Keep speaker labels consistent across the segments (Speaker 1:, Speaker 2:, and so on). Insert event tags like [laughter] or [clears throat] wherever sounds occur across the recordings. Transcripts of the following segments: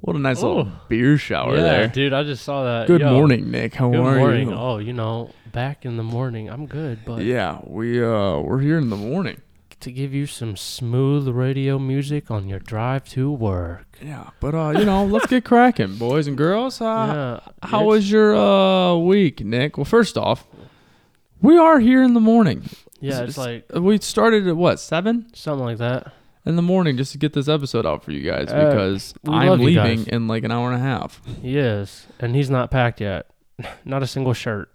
Speaker 1: What a nice little
Speaker 2: Oh.
Speaker 1: beer shower
Speaker 2: yeah,
Speaker 1: there.
Speaker 2: dude, I just saw that.
Speaker 1: Good
Speaker 2: Yo,
Speaker 1: morning, Nick. How
Speaker 2: Good
Speaker 1: are
Speaker 2: morning.
Speaker 1: you?
Speaker 2: Oh, you know, back in the morning. I'm good, but
Speaker 1: Yeah, we uh we're here in the morning.
Speaker 2: to give you some smooth radio music on your drive to work.
Speaker 1: Yeah, but uh you know let's get
Speaker 2: [laughs]
Speaker 1: cracking, boys and girls. Uh,
Speaker 2: yeah.
Speaker 1: how
Speaker 2: it's-
Speaker 1: was your uh week, Nick? Well, first off, we are here in the morning.
Speaker 2: Yeah, it's like
Speaker 1: we started at what seven
Speaker 2: something like that.
Speaker 1: in the morning just to get this episode out for you guys
Speaker 2: Uh,
Speaker 1: because
Speaker 2: we
Speaker 1: I'm
Speaker 2: love you
Speaker 1: leaving
Speaker 2: guys.
Speaker 1: in like an hour and a half.
Speaker 2: Yes, and he's not packed yet. [laughs] Not a single shirt.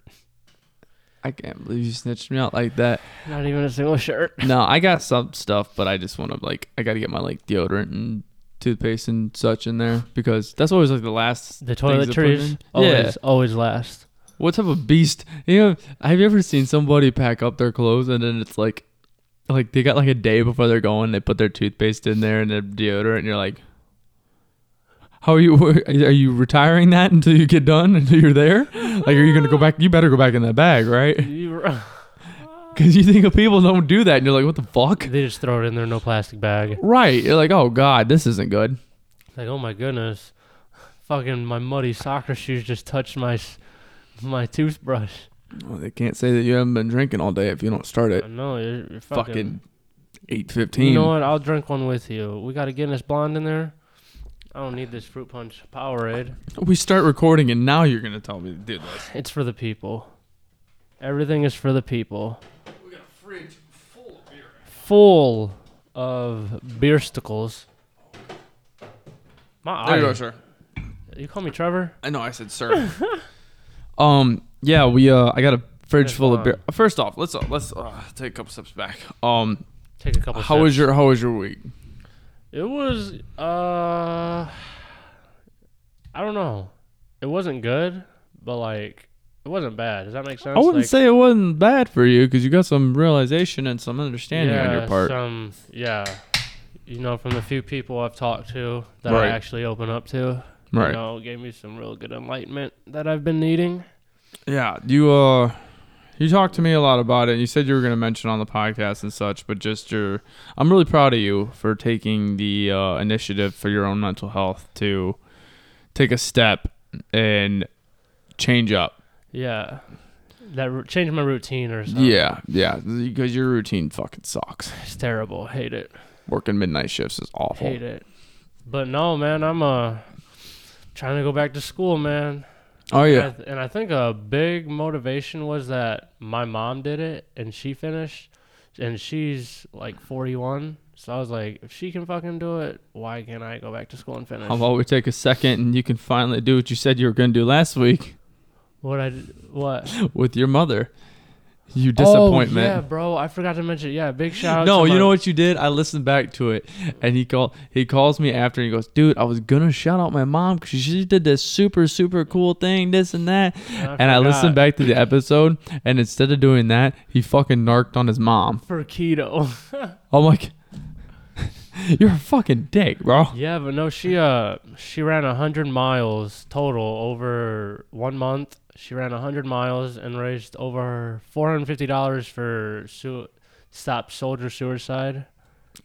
Speaker 1: I can't believe you snitched me out like that.
Speaker 2: Not even a single shirt.
Speaker 1: No, I got some stuff, but I just want to like I got to get my like deodorant and toothpaste and such in there because that's always like the last.
Speaker 2: The
Speaker 1: things to put
Speaker 2: toiletries
Speaker 1: in.
Speaker 2: always
Speaker 1: Yeah.
Speaker 2: always
Speaker 1: [laughs]
Speaker 2: last.
Speaker 1: What type of beast? You know, have you ever seen somebody pack up their clothes and then it's like, like they got like a day before they're going, they put their toothpaste in there and their deodorant, and you're like, how are you? [laughs] Are you retiring that until you get done? Until you're there? Like, are you gonna go back? You better go back in that bag, right?
Speaker 2: You-
Speaker 1: Because you think of people don't do that, and you're like, what the fuck?
Speaker 2: [laughs] they just throw it in there, no plastic bag.
Speaker 1: Right? You're like, oh god, this isn't good.
Speaker 2: Like, oh my goodness, fucking my muddy soccer shoes just touched my s- my toothbrush.
Speaker 1: Well, Oh, they can't say that you haven't been drinking all day if you don't start
Speaker 2: I
Speaker 1: at
Speaker 2: know you're, you're fucking.
Speaker 1: fucking eight fifteen.
Speaker 2: you know what? I'll drink one with you. We got a Guinness Blonde in there. I don't need this fruit punch Powerade.
Speaker 1: We start recording, and now you're gonna tell me to do this.
Speaker 2: It's for the people. Everything is for the people.
Speaker 1: We got a fridge full of beer.
Speaker 2: Full of beersticles. My
Speaker 1: There you go,
Speaker 2: eye.
Speaker 1: sir.
Speaker 2: You call me Trevor?
Speaker 1: I know I said [laughs] sir. um, yeah, we uh, I got a fridge
Speaker 2: That's
Speaker 1: full of beer.
Speaker 2: fine.
Speaker 1: First off, let's uh, let's uh, take a couple steps back. Um,
Speaker 2: Take a couple.
Speaker 1: how was
Speaker 2: sips.
Speaker 1: your how was your week?
Speaker 2: It was uh I don't know. It wasn't good, but like it wasn't bad. Does that make sense?
Speaker 1: I wouldn't
Speaker 2: Like,
Speaker 1: say it wasn't bad for you because you got some realization and some understanding on your
Speaker 2: yeah,
Speaker 1: part.
Speaker 2: Some, yeah. You know, from the few people I've talked to that
Speaker 1: Right.
Speaker 2: I actually open up to.
Speaker 1: right?
Speaker 2: You know, it gave me some real good enlightenment that I've been needing.
Speaker 1: Yeah, you uh you talked to me a lot about it. and You said you were going to mention on the podcast and such, but just your I'm really proud of you for taking the uh, initiative for your own mental health to take a step and change up.
Speaker 2: Yeah. That ru- changed my routine or something.
Speaker 1: Yeah, yeah, because your routine fucking sucks.
Speaker 2: It's terrible. Hate it.
Speaker 1: Working midnight shifts is awful.
Speaker 2: Hate it. But no, man, I'm uh trying to go back to school, man.
Speaker 1: Oh
Speaker 2: And I,
Speaker 1: yeah.
Speaker 2: th- and I think a big motivation was that my mom did it and she finished, and she's like 41. So I was like, if she can fucking do it, why can't I go back to school and finish?
Speaker 1: How about we take a second and you can finally do what you said you were going to do last week [laughs]
Speaker 2: what I d- what
Speaker 1: with your mother? You [laughs] disappointment.
Speaker 2: Oh, yeah, bro, I forgot to mention. Yeah, big shout. out
Speaker 1: no,
Speaker 2: to
Speaker 1: you
Speaker 2: my-
Speaker 1: know what you did? I listened back to it, and he call he calls me after, and he goes, "Dude, I was gonna shout out my mom because she did this super super cool thing, this and that." and I listened back
Speaker 2: forgot.
Speaker 1: to the episode, and instead of doing that, he fucking narked on his mom.
Speaker 2: for keto. [laughs]
Speaker 1: I'm like, [laughs] "You're a fucking dick, bro."
Speaker 2: yeah, but no, she uh she ran hundred miles total over one month. She ran hundred miles and raised over four hundred fifty dollars for su- stop soldier suicide.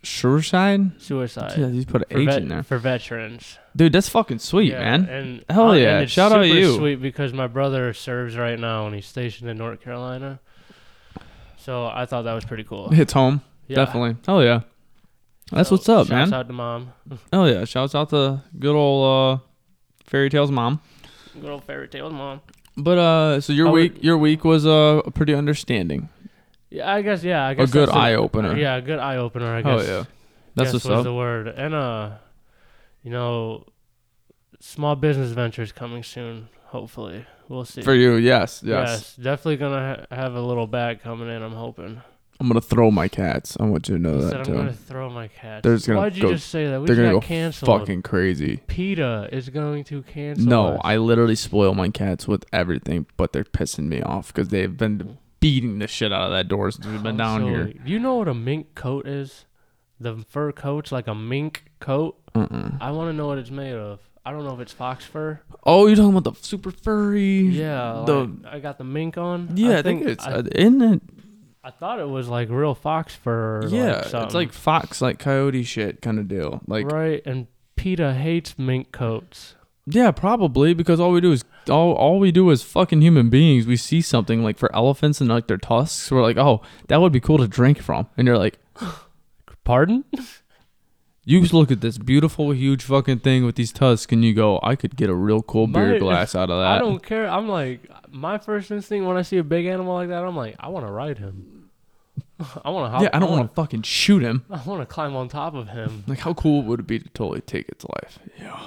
Speaker 1: Sure sign.
Speaker 2: Suicide.
Speaker 1: Yeah, you put an
Speaker 2: For,
Speaker 1: H
Speaker 2: vet-
Speaker 1: in there,
Speaker 2: for veterans.
Speaker 1: dude. That's fucking sweet,
Speaker 2: Yeah,
Speaker 1: man.
Speaker 2: And
Speaker 1: Hell yeah,
Speaker 2: And it's
Speaker 1: shout out
Speaker 2: super
Speaker 1: you.
Speaker 2: Sweet because my brother serves right now and he's stationed in North Carolina. So I thought that was pretty cool.
Speaker 1: Hits home,
Speaker 2: Yeah.
Speaker 1: definitely. Hell yeah. That's
Speaker 2: So
Speaker 1: what's up,
Speaker 2: shouts
Speaker 1: man.
Speaker 2: out to mom.
Speaker 1: Hell yeah. Shouts out to good old uh, fairy tales mom.
Speaker 2: Good old fairy tales mom.
Speaker 1: But uh, so your
Speaker 2: I
Speaker 1: week,
Speaker 2: would-
Speaker 1: your week was uh pretty understanding,
Speaker 2: Yeah, I guess. Yeah, I
Speaker 1: a
Speaker 2: guess.
Speaker 1: good
Speaker 2: that's
Speaker 1: eye opener.
Speaker 2: Yeah, a good eye opener. I
Speaker 1: oh
Speaker 2: guess.
Speaker 1: yeah, that's
Speaker 2: guess
Speaker 1: what's
Speaker 2: was
Speaker 1: up.
Speaker 2: the word. And uh, you know, small business ventures coming soon. Hopefully, we'll see.
Speaker 1: For you, yes, yes,
Speaker 2: definitely gonna ha- have a little bag coming in. I'm hoping.
Speaker 1: I'm gonna throw my cats. I want you to know
Speaker 2: He said
Speaker 1: that
Speaker 2: I'm
Speaker 1: too.
Speaker 2: gonna throw my cat.
Speaker 1: They're just gonna
Speaker 2: Why'd you
Speaker 1: go-
Speaker 2: just say that? We
Speaker 1: They're
Speaker 2: just
Speaker 1: gonna
Speaker 2: got
Speaker 1: go
Speaker 2: canceled.
Speaker 1: fucking crazy.
Speaker 2: PETA is going to cancel.
Speaker 1: no,
Speaker 2: us.
Speaker 1: I literally spoil my cats with everything, but they're pissing me off because they've been beating the shit out of that door since we've been down
Speaker 2: so, e-,
Speaker 1: here.
Speaker 2: You know what a mink coat is? The fur coat's like a mink coat.
Speaker 1: Uh-uh.
Speaker 2: I want to know what it's made of. I don't know if it's fox fur.
Speaker 1: Oh, you're talking about the super furry?
Speaker 2: Yeah,
Speaker 1: the
Speaker 2: like, I got the mink on.
Speaker 1: yeah, I think, it's
Speaker 2: I,
Speaker 1: uh, in it.
Speaker 2: I thought it was like real fox fur. or,
Speaker 1: Yeah,
Speaker 2: like something.
Speaker 1: it's like fox, like coyote shit kind of deal. Like
Speaker 2: right and PETA hates mink coats.
Speaker 1: Yeah, probably because all we do is all all we do is fucking human beings. We see something like for elephants and like their tusks. We're like, oh, that would be cool to drink from, and you're like,
Speaker 2: Pardon?
Speaker 1: you just look at this beautiful huge fucking thing with these tusks, and you go, I could get a real cool beer
Speaker 2: My-
Speaker 1: glass out of that.
Speaker 2: I don't care. I'm like, my first instinct when I see a big animal like that, I'm like, I want to ride him. [laughs] I want to hop.
Speaker 1: yeah, I don't
Speaker 2: I
Speaker 1: want to fucking shoot him.
Speaker 2: wanna- [laughs] I want to climb on top of him.
Speaker 1: Like, how cool would it be to totally take its life? Yeah.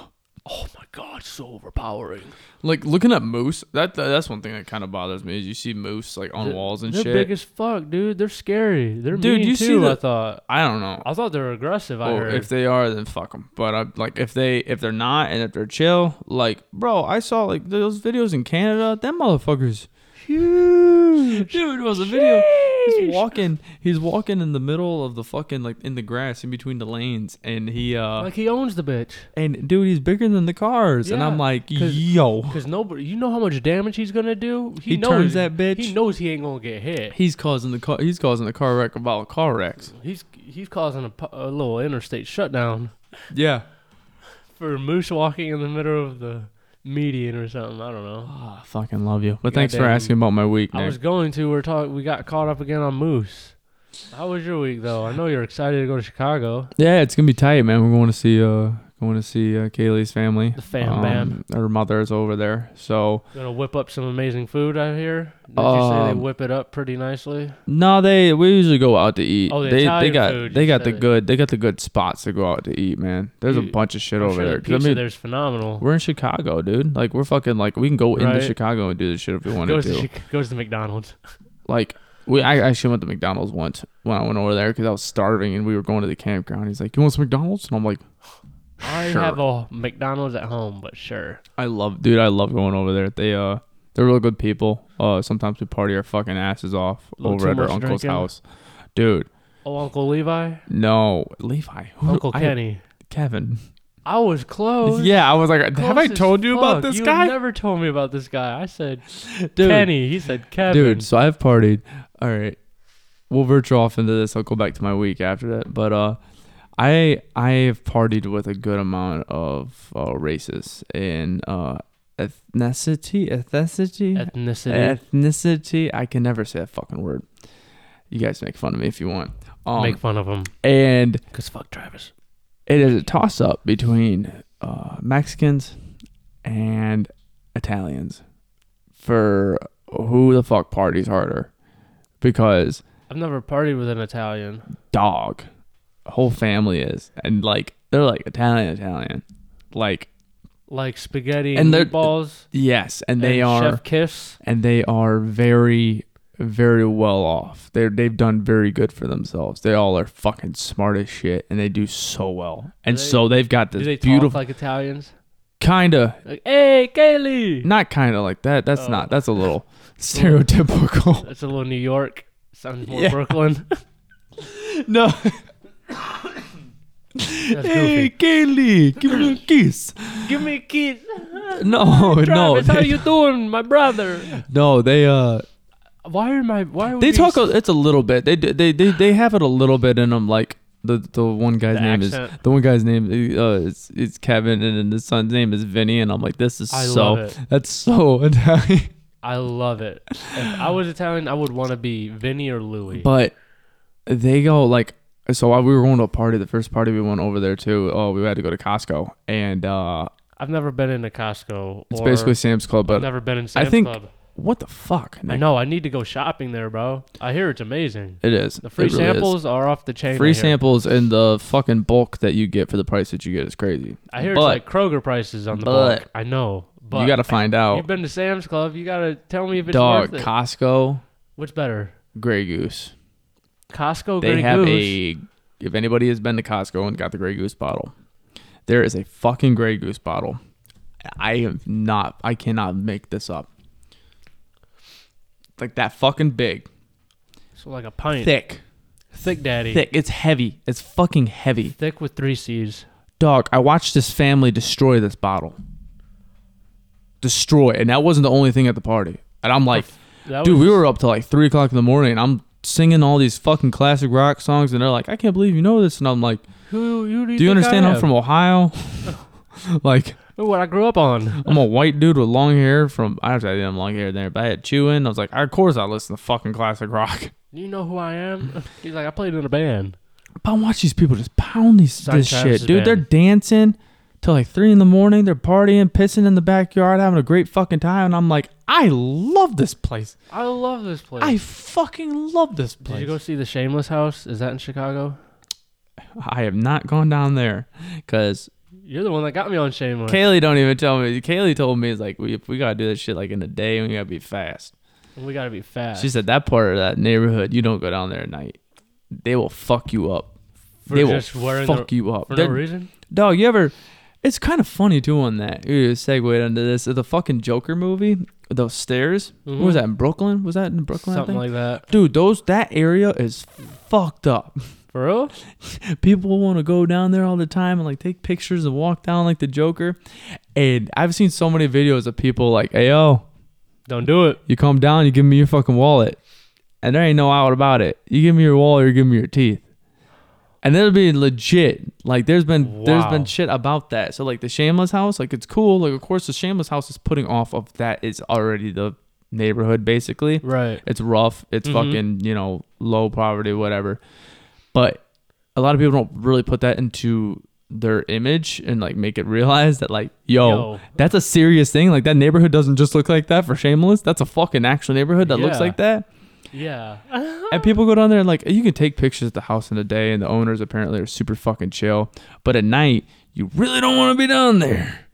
Speaker 2: Oh my god, so overpowering.
Speaker 1: Like looking at moose. That, that that's one thing that kind of bothers me is you see moose like on
Speaker 2: They're-
Speaker 1: walls and
Speaker 2: They're
Speaker 1: shit.
Speaker 2: big as fuck, dude. They're scary. They're
Speaker 1: Dude,
Speaker 2: mean
Speaker 1: you
Speaker 2: too.
Speaker 1: see the-
Speaker 2: I thought.
Speaker 1: I don't know.
Speaker 2: I thought they were aggressive. I
Speaker 1: Well,
Speaker 2: heard.
Speaker 1: if they are, then fuck them. But I like if they if they're not and if they're chill, like bro, I saw like those videos in Canada. Them motherfuckers.
Speaker 2: [laughs] huge.
Speaker 1: Dude, it was a video. He's
Speaker 2: Sheesh.
Speaker 1: walking. He's walking in the middle of the fucking like in the grass in between the lanes, and he uh
Speaker 2: Like he owns the bitch.
Speaker 1: and dude, he's bigger than the cars, and
Speaker 2: Yeah,
Speaker 1: I'm like,
Speaker 2: 'cause-
Speaker 1: yo,
Speaker 2: Cause nobody, you know how much damage he's gonna do.
Speaker 1: He turns that bitch.
Speaker 2: He knows he ain't gonna get hit.
Speaker 1: he's causing the car. He's causing the car wreck of all car wrecks.
Speaker 2: He's he's causing a, pu- a little interstate shutdown
Speaker 1: Yeah.
Speaker 2: for moose walking in the middle of the median or something. I don't know.
Speaker 1: Ah, I fucking love you. But thanks for
Speaker 2: Goddamn.
Speaker 1: asking about my week,
Speaker 2: I
Speaker 1: Nick.
Speaker 2: was going to. We're talk. We got caught up again on moose. How was your week though? I know you're excited to go to Chicago.
Speaker 1: Yeah, it's gonna be tight, man. We're going to see uh going to see uh, Kaylee's family. Um,
Speaker 2: The fam bam.
Speaker 1: Her mother's over there, so
Speaker 2: Gonna whip up some amazing food out here. Did you say they
Speaker 1: Um,
Speaker 2: whip it up pretty nicely?
Speaker 1: no, they we usually go out to eat.
Speaker 2: Oh, the
Speaker 1: they they
Speaker 2: Italian
Speaker 1: got
Speaker 2: food,
Speaker 1: they
Speaker 2: you
Speaker 1: got the
Speaker 2: said.
Speaker 1: good they got the good spots to go out to eat, man. There's a
Speaker 2: You-
Speaker 1: bunch of shit
Speaker 2: I'm
Speaker 1: over
Speaker 2: sure
Speaker 1: there.
Speaker 2: the
Speaker 1: 'Cause,
Speaker 2: pizza
Speaker 1: I mean,
Speaker 2: there's phenomenal.
Speaker 1: we're in Chicago, dude. Like we're fucking like we can go
Speaker 2: Right.
Speaker 1: into Chicago and do this
Speaker 2: [laughs]
Speaker 1: shit if we wanted
Speaker 2: Goes to,
Speaker 1: to.
Speaker 2: Chi- goes to McDonald's.
Speaker 1: like we I actually went to McDonald's once when I went over there because I was starving and we were going to the campground. He's like, "You want some McDonald's?" And I'm like,
Speaker 2: I
Speaker 1: Sure.
Speaker 2: have a McDonald's at home, but sure.
Speaker 1: I love, dude. I love going over there. They uh, they're real good people. Uh, sometimes we party our fucking asses off
Speaker 2: Little
Speaker 1: over
Speaker 2: too
Speaker 1: at our
Speaker 2: much
Speaker 1: uncle's
Speaker 2: drinking?
Speaker 1: house, dude.
Speaker 2: Oh, Uncle Levi,
Speaker 1: No, Levi, who-
Speaker 2: Uncle
Speaker 1: I-
Speaker 2: Kenny.
Speaker 1: Kevin.
Speaker 2: I was
Speaker 1: [laughs]
Speaker 2: close.
Speaker 1: yeah, I was like, have I
Speaker 2: Close as
Speaker 1: told you about
Speaker 2: fuck.
Speaker 1: this
Speaker 2: you
Speaker 1: guy,
Speaker 2: never told me about this guy. I said
Speaker 1: [laughs] dude?
Speaker 2: Kenny. He said Kevin.
Speaker 1: Dude, so I've partied. All right, we'll venture off into this. I'll go back to my week after that, but uh. I I have partied with a good amount of uh, races and uh, ethnicity ethnicity Eh,
Speaker 2: Ethnicity.
Speaker 1: ethnicity. I can never say that fucking word. You guys make fun of me if you want. Um,
Speaker 2: Make fun of him.
Speaker 1: and
Speaker 2: Because fuck Travis.
Speaker 1: it is a toss up between uh, Mexicans and Italians for who the fuck parties harder. Because
Speaker 2: I've never partied with an Italian.
Speaker 1: dog, whole family is, and like they're like Italian Italian, like
Speaker 2: Like spaghetti
Speaker 1: And
Speaker 2: and,
Speaker 1: they're-
Speaker 2: meatballs.
Speaker 1: yes, and they
Speaker 2: and
Speaker 1: are
Speaker 2: Chef Kiss.
Speaker 1: and they are very very well off. They they've done very good for themselves. They all are fucking smart as shit and they do so well. And
Speaker 2: they-
Speaker 1: so they've got
Speaker 2: Do
Speaker 1: this
Speaker 2: they
Speaker 1: beautiful
Speaker 2: talk like Italians?
Speaker 1: kind of
Speaker 2: Like, hey, Kaylee.
Speaker 1: not kind of like that. That's
Speaker 2: Oh.
Speaker 1: not that's a
Speaker 2: [laughs]
Speaker 1: little stereotypical.
Speaker 2: That's a little New York. Sounds more
Speaker 1: Yeah. [laughs]
Speaker 2: Brooklyn.
Speaker 1: no.
Speaker 2: That's
Speaker 1: Hey,
Speaker 2: goofy.
Speaker 1: Kaylee, give me a kiss.
Speaker 2: Give me a kiss.
Speaker 1: [laughs] No, no.
Speaker 2: [laughs] Travis, how
Speaker 1: They,
Speaker 2: you doing, my brother?
Speaker 1: no, they uh
Speaker 2: Why are my why are
Speaker 1: they
Speaker 2: we
Speaker 1: talk a,
Speaker 2: being s-
Speaker 1: it's a little bit. They d- they they they have it a little bit in them like the, the one guy's
Speaker 2: The
Speaker 1: name is
Speaker 2: accent.
Speaker 1: the one guy's name uh is, is Kevin and then his son's name is Vinny and I'm like this is
Speaker 2: I
Speaker 1: so
Speaker 2: love it.
Speaker 1: That's so [laughs] Italian.
Speaker 2: I love it. If I was Italian, I would want to be Vinny or Louie.
Speaker 1: But they go like so while we were going to a party, the first party we went over there to, oh, we had to go to Costco and uh
Speaker 2: I've never been into Costco.
Speaker 1: it's
Speaker 2: or
Speaker 1: basically Sam's Club,
Speaker 2: I've
Speaker 1: but
Speaker 2: never been in
Speaker 1: I
Speaker 2: Sam's
Speaker 1: think-
Speaker 2: Club.
Speaker 1: what the fuck?
Speaker 2: I
Speaker 1: Nick?
Speaker 2: know. I need to go shopping there, bro. I hear it's amazing.
Speaker 1: It is.
Speaker 2: The free
Speaker 1: It really is.
Speaker 2: samples are off the chain. I
Speaker 1: Free
Speaker 2: hear.
Speaker 1: samples and the fucking bulk that you get for the price that you get is crazy.
Speaker 2: I hear
Speaker 1: but
Speaker 2: it's like Kroger prices on the
Speaker 1: but-
Speaker 2: bulk. I know, but
Speaker 1: you got to find
Speaker 2: You've
Speaker 1: out.
Speaker 2: been to Sam's Club. You gotta tell me if it's
Speaker 1: Dog,
Speaker 2: worth it.
Speaker 1: Costco,
Speaker 2: What's better,
Speaker 1: Grey Goose.
Speaker 2: Costco?
Speaker 1: They
Speaker 2: Grey
Speaker 1: have
Speaker 2: Goose?
Speaker 1: a. If anybody has been to Costco and got the Grey Goose bottle, there is a fucking Grey Goose bottle. I am not. I cannot make this up. Like that fucking big,
Speaker 2: so like a pint.
Speaker 1: thick,
Speaker 2: Thick daddy.
Speaker 1: thick. It's heavy. It's fucking heavy.
Speaker 2: Thick with three C's.
Speaker 1: Dog, I watched this family destroy this bottle. Destroy, and that wasn't the only thing at the party. And I'm like,
Speaker 2: That
Speaker 1: dude,
Speaker 2: was-
Speaker 1: we were up till like three o'clock in the morning. And I'm singing all these fucking classic rock songs, and they're like, I can't believe you know this, and I'm like,
Speaker 2: Who, who do you
Speaker 1: Do you
Speaker 2: think I
Speaker 1: understand? I'm
Speaker 2: am?
Speaker 1: from Ohio. [laughs] like
Speaker 2: what I grew up on.
Speaker 1: I'm a white dude with long hair from I actually didn't have long hair there, but I had chewing. I was like, of course I listen to fucking classic rock. [laughs]
Speaker 2: Do you know who I am? [laughs] He's like, I played in a band.
Speaker 1: But I watch these people just pound these
Speaker 2: Son
Speaker 1: this
Speaker 2: Travis's
Speaker 1: shit, dude. They're
Speaker 2: band.
Speaker 1: dancing till like three in the morning. They're partying, pissing in the backyard, having a great fucking time. And I'm like, I love this place.
Speaker 2: I love this place.
Speaker 1: I fucking love this
Speaker 2: Did
Speaker 1: place.
Speaker 2: you go see the Shameless House? Is that in Chicago?
Speaker 1: I have not gone down there because
Speaker 2: You're the one that got me on Shameless.
Speaker 1: Kaylee don't even tell me. Kaylee told me it's like we we gotta do this shit like in a day and we gotta be fast.
Speaker 2: we gotta be fast.
Speaker 1: She said that part of that neighborhood, you don't go down there at night. They will fuck you up.
Speaker 2: For
Speaker 1: they will
Speaker 2: just wearing
Speaker 1: fuck you up.
Speaker 2: for no
Speaker 1: They're-
Speaker 2: reason.
Speaker 1: Dog, you ever? It's kind of funny too on that. You segued into this. The fucking Joker movie, those stairs. What
Speaker 2: Mhm.
Speaker 1: was that in Brooklyn? Was that in Brooklyn? I
Speaker 2: Something
Speaker 1: think?
Speaker 2: like that.
Speaker 1: Dude, those that area is fucked up. [laughs]
Speaker 2: For real?
Speaker 1: People want to go down there all the time and like take pictures and walk down like the Joker. And I've seen so many videos of people like, "Hey yo,
Speaker 2: Don't do it.
Speaker 1: You come down, you give me your fucking wallet. And there ain't no out about it. You give me your wallet or you give me your teeth. And it'll be legit. Like there's been there's
Speaker 2: Wow.
Speaker 1: been shit about that. So like the shameless house, like it's cool. Like of course the shameless house is putting off of that is already the neighborhood basically.
Speaker 2: Right.
Speaker 1: It's rough. It's
Speaker 2: Mhm.
Speaker 1: fucking, you know, low poverty, whatever. But a lot of people don't really put that into their image and like make it realize that like, yo,
Speaker 2: Yo.
Speaker 1: that's a serious thing. Like that neighborhood doesn't just look like that for Shameless. That's a fucking actual neighborhood that looks
Speaker 2: Yeah.
Speaker 1: like that.
Speaker 2: Yeah.
Speaker 1: And people go down there and like you can take pictures of the house in the day, and the owners apparently are super fucking chill. But at night, you really don't want to be down there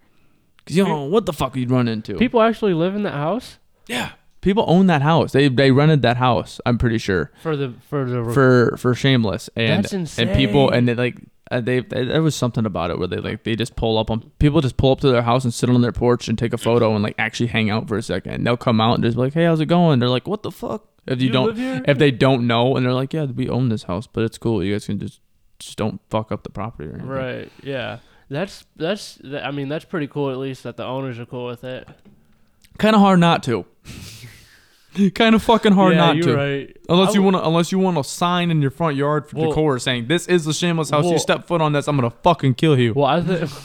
Speaker 1: because you don't know what the fuck you'd run into.
Speaker 2: People actually live in that house
Speaker 1: yeah, people own that house. They they rented that house. I'm pretty sure
Speaker 2: for the for the
Speaker 1: for for Shameless and
Speaker 2: That's
Speaker 1: and people
Speaker 2: insane.
Speaker 1: and they like. uh, They, they there was something about it where they like they just pull up on people just pull up to their house and sit on their porch and take a photo and like actually hang out for a second and they'll come out and just be like hey how's it going they're like what the fuck if you,
Speaker 2: You
Speaker 1: don't
Speaker 2: live here?
Speaker 1: if they don't know and they're like yeah we own this house but it's cool you guys can just just don't fuck up the property or anything.
Speaker 2: [laughs] Right. Yeah. That's that's. th- I mean, that's pretty cool. At least that the owners are cool with it.
Speaker 1: kind of hard not to [laughs] kind of fucking hard
Speaker 2: yeah,
Speaker 1: not to
Speaker 2: you're right.
Speaker 1: unless
Speaker 2: I
Speaker 1: you
Speaker 2: would-
Speaker 1: want to unless you want a sign in your front yard for
Speaker 2: Well-
Speaker 1: decor saying this is the shameless house you
Speaker 2: Well-
Speaker 1: step foot on this I'm gonna fucking kill you
Speaker 2: Well, I think. [laughs]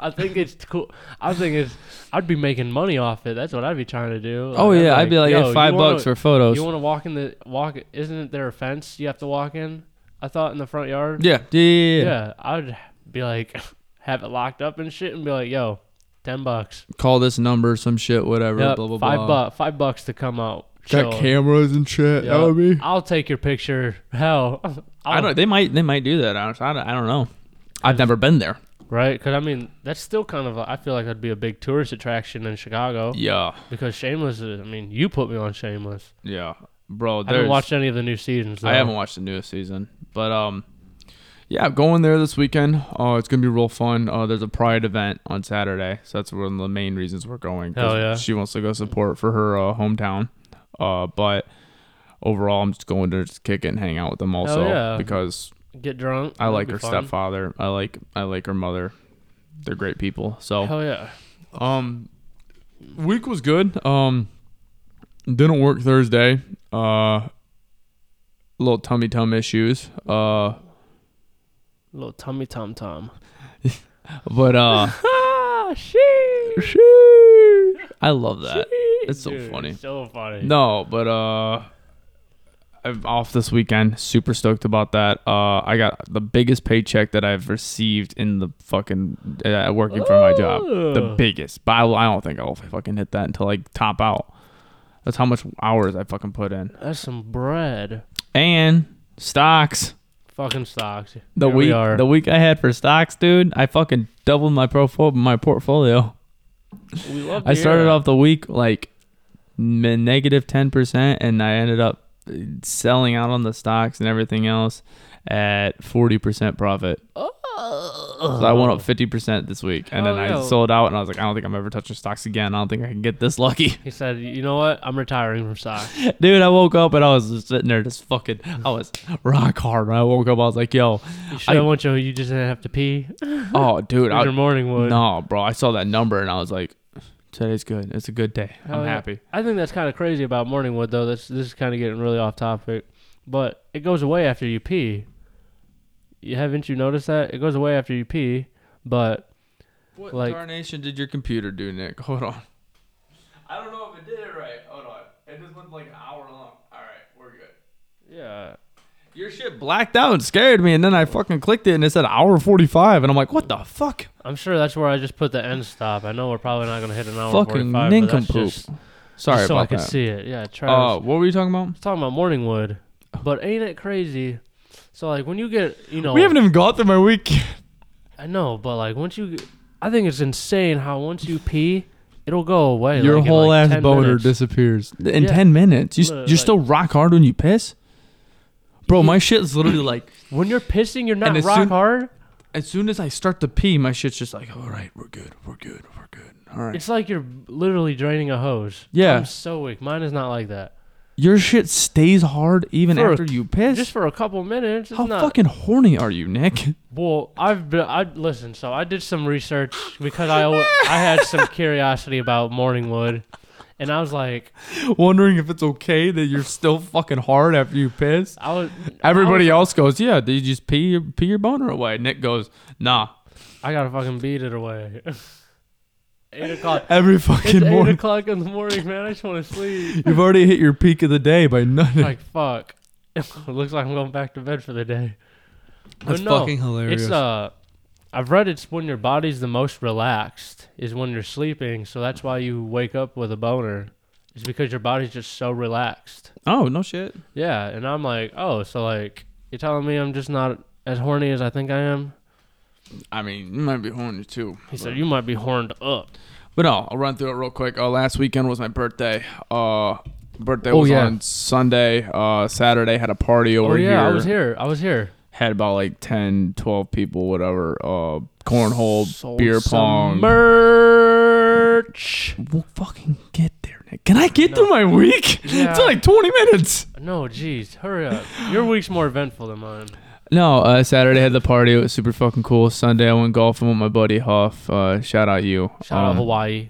Speaker 2: I think it's cool. I think it's. I'd be making money off it. That's what I'd be trying to do.
Speaker 1: Oh yeah, I'd be like,
Speaker 2: "Yo,
Speaker 1: hey,
Speaker 2: you
Speaker 1: five
Speaker 2: wanna-
Speaker 1: bucks for photos.
Speaker 2: You want to walk in the walk? Isn't there a fence you have to walk in? I thought in the front yard.
Speaker 1: yeah, yeah, yeah, yeah.
Speaker 2: Yeah, I'd be like, [laughs] have it locked up and shit, and be like, yo, ten bucks.
Speaker 1: Call this number, some shit, whatever.
Speaker 2: Yep,
Speaker 1: blah blah
Speaker 2: five
Speaker 1: blah.
Speaker 2: buck, five bucks to come out.
Speaker 1: Got
Speaker 2: chill.
Speaker 1: cameras and shit.
Speaker 2: Yeah.
Speaker 1: That would be.
Speaker 2: I'll take your picture. Hell, [laughs] I'll,
Speaker 1: I don't. They might. They might do that. Honestly, I don't, I don't know. I've never been there.
Speaker 2: Right? Because I mean, that's still kind of. A, I feel like that'd be a big tourist attraction in Chicago
Speaker 1: Yeah,
Speaker 2: because Shameless. Is, I mean, you put me on Shameless.
Speaker 1: yeah, bro.
Speaker 2: I haven't
Speaker 1: There's.
Speaker 2: watched any of the new seasons. Though.
Speaker 1: I haven't watched the newest season, but um, yeah, going there this weekend. Oh, it's gonna be real fun. Uh, there's a Pride event on Saturday, so that's one of the main reasons we're going. 'cause
Speaker 2: Hell yeah.
Speaker 1: She wants to go support for her uh, hometown. Uh, but overall, I'm just going to just kick it and hang out with them also
Speaker 2: yeah.
Speaker 1: because
Speaker 2: Get drunk.
Speaker 1: I
Speaker 2: that'd
Speaker 1: like
Speaker 2: be
Speaker 1: her
Speaker 2: fun.
Speaker 1: stepfather. I like I like her mother. They're great people. So
Speaker 2: Hell yeah.
Speaker 1: um week was good. Um didn't work Thursday. Uh little tummy tum issues. Uh
Speaker 2: Little tummy tom tom.
Speaker 1: but [laughs] uh
Speaker 2: Ah, she.
Speaker 1: I love that. It's so
Speaker 2: Dude,
Speaker 1: funny.
Speaker 2: So funny.
Speaker 1: No, but uh I'm off this weekend. Super stoked about that. Uh I got the biggest paycheck that I've received in the fucking uh, working for my job. the
Speaker 2: Ooh.
Speaker 1: biggest. But I, I don't think I'll fucking hit that until I top out. That's how much hours I fucking put in.
Speaker 2: That's some bread.
Speaker 1: And stocks.
Speaker 2: Fucking stocks.
Speaker 1: The
Speaker 2: Here
Speaker 1: week
Speaker 2: we are.
Speaker 1: the week I had for stocks, dude, I fucking doubled my profo- my portfolio.
Speaker 2: we love.
Speaker 1: I
Speaker 2: to hear
Speaker 1: started
Speaker 2: it.
Speaker 1: off the week like n- negative ten percent, and I ended up uh, selling out on the stocks and everything else at forty percent profit.
Speaker 2: Oh.
Speaker 1: So I went up fifty percent this week, and
Speaker 2: Hell
Speaker 1: then I
Speaker 2: yeah.
Speaker 1: sold out, and I was like, I don't think I'm ever touching stocks again. I don't think I can get this lucky.
Speaker 2: He said, "You know what? I'm retiring from stocks."
Speaker 1: [laughs] Dude, I woke up and I was just sitting there, just fucking, I was rock hard. When I woke up, I was like, yo,
Speaker 2: You
Speaker 1: I-
Speaker 2: should have went, Joe. You just didn't have to pee.
Speaker 1: oh, dude,
Speaker 2: Your
Speaker 1: I,
Speaker 2: morning wood.
Speaker 1: no, bro. I saw that number and I was like, Today's good. It's a good day.
Speaker 2: Hell
Speaker 1: I'm
Speaker 2: yeah.
Speaker 1: happy.
Speaker 2: I think that's kind of crazy about morning wood, though. This this is kind of getting really off topic, but it goes away after you pee. You haven't you noticed that it goes away after you pee? But
Speaker 1: What
Speaker 2: Like-
Speaker 1: tarnation did your computer do, Nick? Hold on. I don't know if it did it right. Hold on. It just went like an hour long. All right, we're good.
Speaker 2: yeah,
Speaker 1: Your shit blacked out and scared me, and then I fucking clicked it and it said hour 45, and I'm like, what the fuck?
Speaker 2: I'm sure that's where I just put the end stop. I know we're probably not gonna hit an hour
Speaker 1: Fucking
Speaker 2: 45, but that's
Speaker 1: nincompoop.
Speaker 2: just,
Speaker 1: Sorry
Speaker 2: just so I
Speaker 1: about
Speaker 2: could
Speaker 1: that.
Speaker 2: see it. Yeah, try.
Speaker 1: Uh, what were you talking about?
Speaker 2: talking about morning wood, but ain't it crazy? So like when you get you know
Speaker 1: We haven't even got through my week.
Speaker 2: I know, but like once you, I think it's insane how once you pee, it'll go away.
Speaker 1: Your
Speaker 2: like, in,
Speaker 1: whole
Speaker 2: like,
Speaker 1: ass
Speaker 2: 10
Speaker 1: boner
Speaker 2: minutes.
Speaker 1: disappears in
Speaker 2: Yeah.
Speaker 1: ten minutes. You
Speaker 2: Look,
Speaker 1: you're
Speaker 2: like-
Speaker 1: still rock hard when you piss, bro. My shit's literally like,
Speaker 2: When you're pissing, you're not
Speaker 1: as
Speaker 2: rock
Speaker 1: soon-
Speaker 2: hard.
Speaker 1: as soon as I start to pee, my shit's just like, all right, we're good, we're good, we're good. All right,
Speaker 2: It's like you're literally draining a hose.
Speaker 1: Yeah.
Speaker 2: I'm so weak. Mine is not like that.
Speaker 1: your shit stays hard even
Speaker 2: For-
Speaker 1: after you piss.
Speaker 2: Just for a couple minutes. It's
Speaker 1: How
Speaker 2: not,
Speaker 1: fucking horny are you, Nick? [laughs]
Speaker 2: Well, I've been. I listen. So I did some research because I al- I had some curiosity about morning wood, and I was like,
Speaker 1: Wondering if it's okay that you're still fucking hard after you piss.
Speaker 2: I was.
Speaker 1: Everybody else goes, yeah, did you just pee your, pee your boner away? Nick goes, nah.
Speaker 2: I gotta fucking beat it away. [laughs] eight o'clock.
Speaker 1: Every
Speaker 2: It's
Speaker 1: fucking
Speaker 2: eight
Speaker 1: morning, [laughs]
Speaker 2: o'clock in the morning, man. I just want to sleep.
Speaker 1: you've already hit your peak of the day by [laughs] nutting.
Speaker 2: like fuck. [laughs] looks like I'm going back to bed for the day.
Speaker 1: That's
Speaker 2: but no,
Speaker 1: fucking hilarious.
Speaker 2: It's uh, I've read it's when your body's the most relaxed is when you're sleeping, so that's why you wake up with a boner. It's because your body's just so relaxed.
Speaker 1: oh no shit.
Speaker 2: Yeah, and I'm like, oh, so like you're telling me I'm just not as horny as I think I am.
Speaker 1: I mean, you might be horny too.
Speaker 2: He said you might be horned up.
Speaker 1: But no, I'll run through it real quick. Uh, last weekend was my birthday. Uh, birthday
Speaker 2: Oh,
Speaker 1: was
Speaker 2: yeah.
Speaker 1: on Sunday. Uh, Saturday had a party over
Speaker 2: oh yeah,
Speaker 1: here.
Speaker 2: I was here. I was here.
Speaker 1: Had about like 10, 12 people, whatever. Uh, cornhole,
Speaker 2: Sold
Speaker 1: beer pong.
Speaker 2: some merch.
Speaker 1: we'll fucking get there, Nick. Can I get
Speaker 2: No.
Speaker 1: through my week? [laughs]
Speaker 2: Yeah.
Speaker 1: It's like 20 minutes.
Speaker 2: No, jeez, hurry up. Your week's more eventful than mine.
Speaker 1: No, uh, Saturday had the party. It was super fucking cool. Sunday I went golfing with my buddy Huff. Uh, shout out you.
Speaker 2: Shout out
Speaker 1: um,
Speaker 2: Hawaii.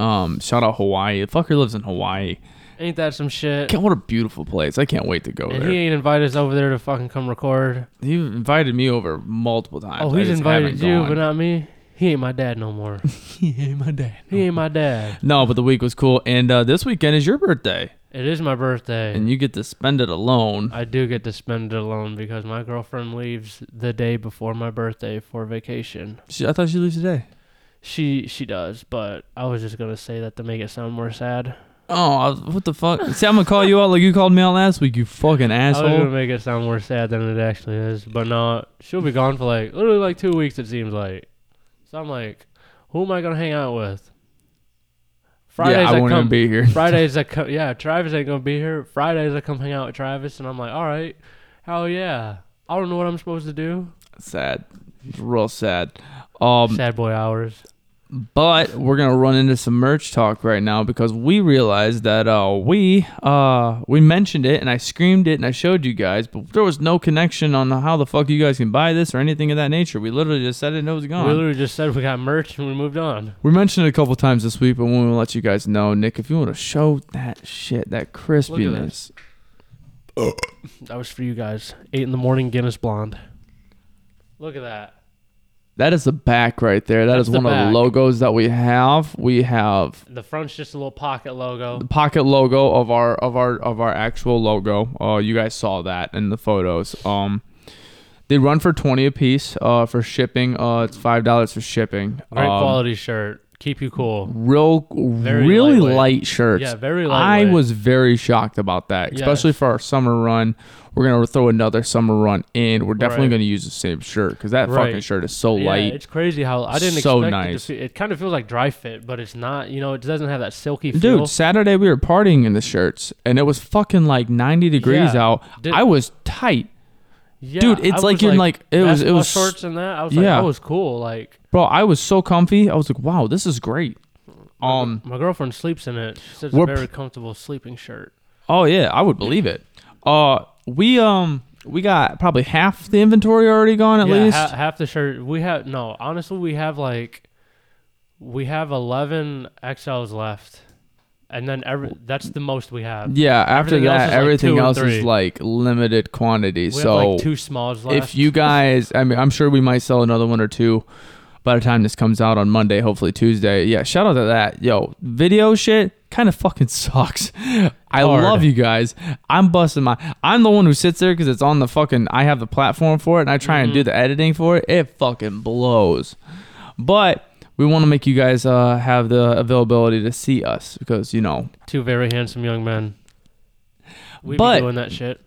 Speaker 1: Um, shout out Hawaii. The fucker lives in Hawaii.
Speaker 2: Ain't that some shit?
Speaker 1: God, what a beautiful place. I can't wait to go
Speaker 2: And
Speaker 1: there.
Speaker 2: he ain't invited us over there to fucking come record.
Speaker 1: He invited me over multiple times.
Speaker 2: oh,
Speaker 1: I
Speaker 2: he's
Speaker 1: just
Speaker 2: invited
Speaker 1: haven't
Speaker 2: you,
Speaker 1: gone.
Speaker 2: but not me. He ain't my dad no more.
Speaker 1: Yeah, my dad.
Speaker 2: [laughs] he ain't my
Speaker 1: [laughs]
Speaker 2: dad.
Speaker 1: No, but the week was cool, and uh, this weekend is your birthday,
Speaker 2: It is my birthday.
Speaker 1: and you get to spend it alone.
Speaker 2: I do get to spend it alone because my girlfriend leaves the day before my birthday for vacation.
Speaker 1: She, I thought she leaves today.
Speaker 2: She she does, but I was just gonna say that to make it sound more sad.
Speaker 1: Oh, I was- what the fuck? See, I'm gonna call you out like you called me out last week. You fucking
Speaker 2: I was gonna
Speaker 1: asshole.
Speaker 2: make it sound more sad than it actually is, but no, she'll be gone for like literally like two weeks. It seems like. So I'm like, who am I gonna hang out with? Fridays
Speaker 1: yeah, I
Speaker 2: I,
Speaker 1: won't
Speaker 2: come.
Speaker 1: even be here. [laughs]
Speaker 2: Fridays I come. Yeah, Travis ain't gonna be here. Fridays I come hang out with Travis, and I'm like, all right, hell yeah. I don't know what I'm supposed to do.
Speaker 1: Sad, It's real sad. Um,
Speaker 2: Sad boy hours.
Speaker 1: but we're gonna run into some merch talk right now because we realized that uh we uh we mentioned it and I screamed it and I showed you guys, but there was no connection on how the fuck you guys can buy this or anything of that nature. We literally just said it and it was
Speaker 2: We
Speaker 1: gone.
Speaker 2: literally just said we got merch and we moved on.
Speaker 1: We mentioned it a couple times this week, but we want to let you guys know, Nick, if you want to show that shit, that crispiness.
Speaker 2: That was for you guys. Eight in the morning, Guinness Blonde. Look at that.
Speaker 1: That is the back right there.
Speaker 2: That's
Speaker 1: That's
Speaker 2: the
Speaker 1: one of the
Speaker 2: back.
Speaker 1: logos that we have. We have
Speaker 2: The front's just a little pocket logo.
Speaker 1: the pocket logo of our of our of our actual logo. Uh, you guys saw that in the photos. Um, they run for twenty a piece. Uh, for shipping, uh, it's five dollars for shipping.
Speaker 2: Great
Speaker 1: Um,
Speaker 2: quality shirt. Keep you cool.
Speaker 1: Real,
Speaker 2: Very
Speaker 1: really
Speaker 2: lightweight.
Speaker 1: light shirts.
Speaker 2: Yeah, very
Speaker 1: I
Speaker 2: lightweight.
Speaker 1: was very shocked about that, especially
Speaker 2: Yes.
Speaker 1: for our summer run. We're gonna throw another summer run in. We're definitely
Speaker 2: Right.
Speaker 1: gonna use the same shirt because that
Speaker 2: Right.
Speaker 1: fucking shirt is so
Speaker 2: Yeah,
Speaker 1: light.
Speaker 2: it's crazy how I didn't
Speaker 1: So
Speaker 2: expect
Speaker 1: nice.
Speaker 2: it to feel, It kind of feels like dry fit, but it's not. You know, it doesn't have that silky feel.
Speaker 1: Dude, Saturday we were partying in the shirts, and it was fucking like ninety degrees
Speaker 2: Yeah.
Speaker 1: out.
Speaker 2: Dude-
Speaker 1: I was tight,
Speaker 2: yeah,
Speaker 1: dude, it's
Speaker 2: I
Speaker 1: like
Speaker 2: was
Speaker 1: you're in, like- it was- it
Speaker 2: basketball
Speaker 1: was-
Speaker 2: shorts and that. I was
Speaker 1: yeah.
Speaker 2: like, that was cool. Like
Speaker 1: bro. I was so comfy. I was like, wow, this is great. Um,
Speaker 2: my girlfriend sleeps in it. She says it's a
Speaker 1: We're
Speaker 2: very comfortable sleeping shirt.
Speaker 1: oh yeah, I would believe it. Uh, we um we got probably half the inventory already gone at
Speaker 2: yeah,
Speaker 1: least.
Speaker 2: ha- half the shirt we have. No, honestly, we have like we have 11 XLs left, and then every that's the most we have.
Speaker 1: Yeah, after
Speaker 2: Everything else
Speaker 1: that,
Speaker 2: is, like,
Speaker 1: everything
Speaker 2: two and
Speaker 1: else
Speaker 2: three.
Speaker 1: is like limited quantity.
Speaker 2: We
Speaker 1: so
Speaker 2: have like two smalls left.
Speaker 1: if you guys, I mean, I'm sure we might sell another one or two by the time this comes out on Monday, hopefully Tuesday. Yeah, shout out to that. Yo, video shit kind of fucking [laughs] sucks. I
Speaker 2: Hard.
Speaker 1: love you guys. I'm busting my. I'm the one who sits there because it's on the fucking. I have the platform for it, and I try and do the editing for it. It fucking blows. But we want to make you guys uh, have the availability to see us because you know
Speaker 2: two very handsome young men, we
Speaker 1: But-
Speaker 2: be doing that shit.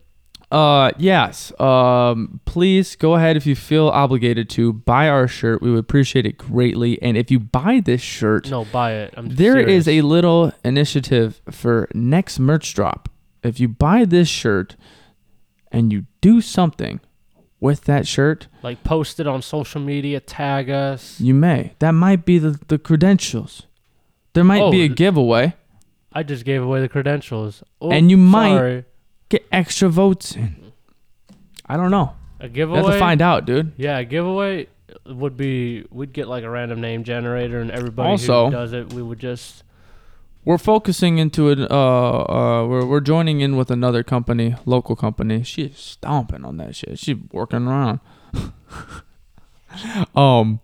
Speaker 1: Uh, yes. Um, please go ahead if you feel obligated to buy our shirt. We would appreciate it greatly. And if you buy this shirt,
Speaker 2: No, buy it. I'm
Speaker 1: there is
Speaker 2: serious.
Speaker 1: a little initiative for next merch drop. If you buy this shirt and you do something with that shirt,
Speaker 2: like post it on social media, tag us.
Speaker 1: you may. That might be the, the credentials. There might
Speaker 2: Oh,
Speaker 1: be a
Speaker 2: th-
Speaker 1: giveaway.
Speaker 2: I just gave away the credentials. Oh,
Speaker 1: And you might-
Speaker 2: sorry.
Speaker 1: Get extra votes in. I don't know.
Speaker 2: a
Speaker 1: We
Speaker 2: giveaway.
Speaker 1: have to find out, dude.
Speaker 2: Yeah, a giveaway would be we'd get like a random name generator, and everybody
Speaker 1: Also-
Speaker 2: who does it, we would just
Speaker 1: we're focusing into an uh uh we're we're joining in with another company, local company. She's stomping on that shit. She's working around. [laughs] um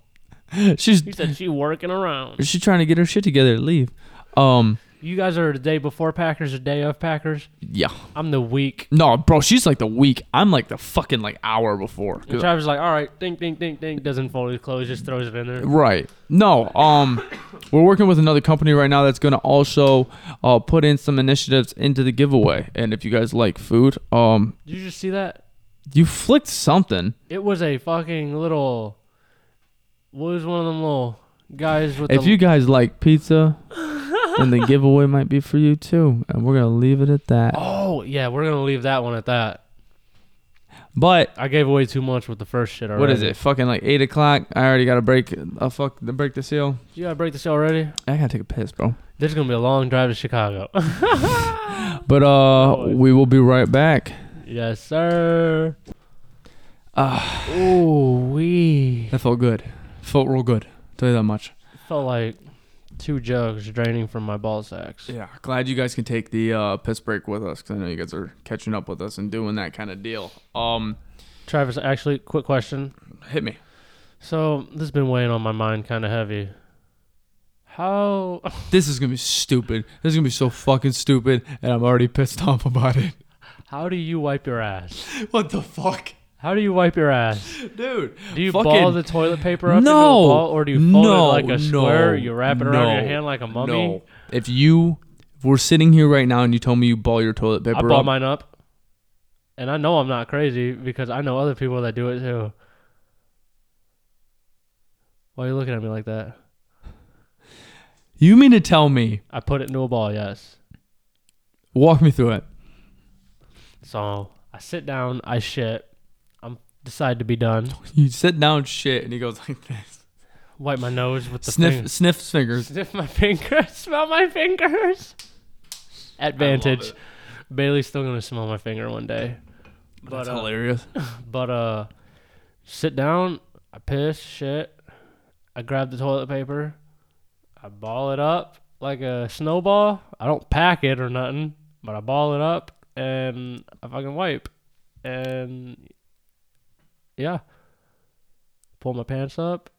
Speaker 1: she's
Speaker 2: He said she working around.
Speaker 1: she's trying to get her shit together to leave. Um
Speaker 2: You guys are the day before Packers, the day of Packers.
Speaker 1: yeah.
Speaker 2: I'm the week.
Speaker 1: No, bro, she's like the week. I'm like the fucking like hour before.
Speaker 2: And Travis is like, all right, think, think, think, think. Doesn't fold his clothes, just throws it in there.
Speaker 1: Right. No. Um, we're working with another company right now that's going to also uh, put in some initiatives into the giveaway. And if you guys like food, um,
Speaker 2: Did you just see that?
Speaker 1: you flicked something.
Speaker 2: It was a fucking little. What was one of them little guys with
Speaker 1: If
Speaker 2: the
Speaker 1: you guys like [laughs] pizza, then the giveaway might be for you too. And we're gonna leave it at that.
Speaker 2: Oh yeah, we're gonna leave that one at that.
Speaker 1: But
Speaker 2: I gave away too much with the first shit already.
Speaker 1: what is it? Fucking like eight o'clock. I already gotta break. I fuck the break the seal.
Speaker 2: You gotta break this already.
Speaker 1: I gotta take a piss, bro.
Speaker 2: This is gonna be a long drive to Chicago.
Speaker 1: But uh,
Speaker 2: Boy.
Speaker 1: we will be right back.
Speaker 2: yes, sir.
Speaker 1: Ah.
Speaker 2: Ooh, we
Speaker 1: That felt good. Felt real good. Tell you that much.
Speaker 2: felt like two jugs draining from my ball sacks.
Speaker 1: Yeah, glad you guys can take the uh, piss break with us because I know you guys are catching up with us and doing that kind of deal. Um,
Speaker 2: Travis, actually, quick question.
Speaker 1: hit me.
Speaker 2: So this has been weighing on my mind, kind of heavy. How [laughs]
Speaker 1: This is gonna be stupid. This is gonna be so fucking stupid, and I'm already pissed [laughs] off about it.
Speaker 2: how do you wipe your ass?
Speaker 1: What the fuck,
Speaker 2: How do you wipe your ass?
Speaker 1: dude?
Speaker 2: Do you
Speaker 1: Fucking-
Speaker 2: ball the toilet paper up into a
Speaker 1: No,
Speaker 2: ball, or do you fold
Speaker 1: no,
Speaker 2: it like a square?
Speaker 1: no,
Speaker 2: you wrap it around your
Speaker 1: no,
Speaker 2: hand like a mummy.
Speaker 1: No. If you were sitting here right now and you told me you ball your toilet paper
Speaker 2: I ball
Speaker 1: up,
Speaker 2: mine up, and I know I'm not crazy because I know other people that do it too. Why are you looking at me like that?
Speaker 1: you mean to tell me?
Speaker 2: I put it into a ball, yes.
Speaker 1: Walk me through it.
Speaker 2: So I sit down, I shit, I'm decide to be done.
Speaker 1: You sit down, shit, and he goes like this.
Speaker 2: Wipe my nose with the
Speaker 1: Sniff,
Speaker 2: finger.
Speaker 1: sniffs fingers.
Speaker 2: Sniff my [laughs] fingers. Smell my fingers. Advantage. Bailey's still gonna smell my finger one day. But
Speaker 1: That's
Speaker 2: uh,
Speaker 1: hilarious.
Speaker 2: but uh, sit down. I piss shit. I grab the toilet paper. I ball it up like a snowball. I don't pack it or nothing, but I ball it up and I fucking wipe. And yeah, pull my pants up.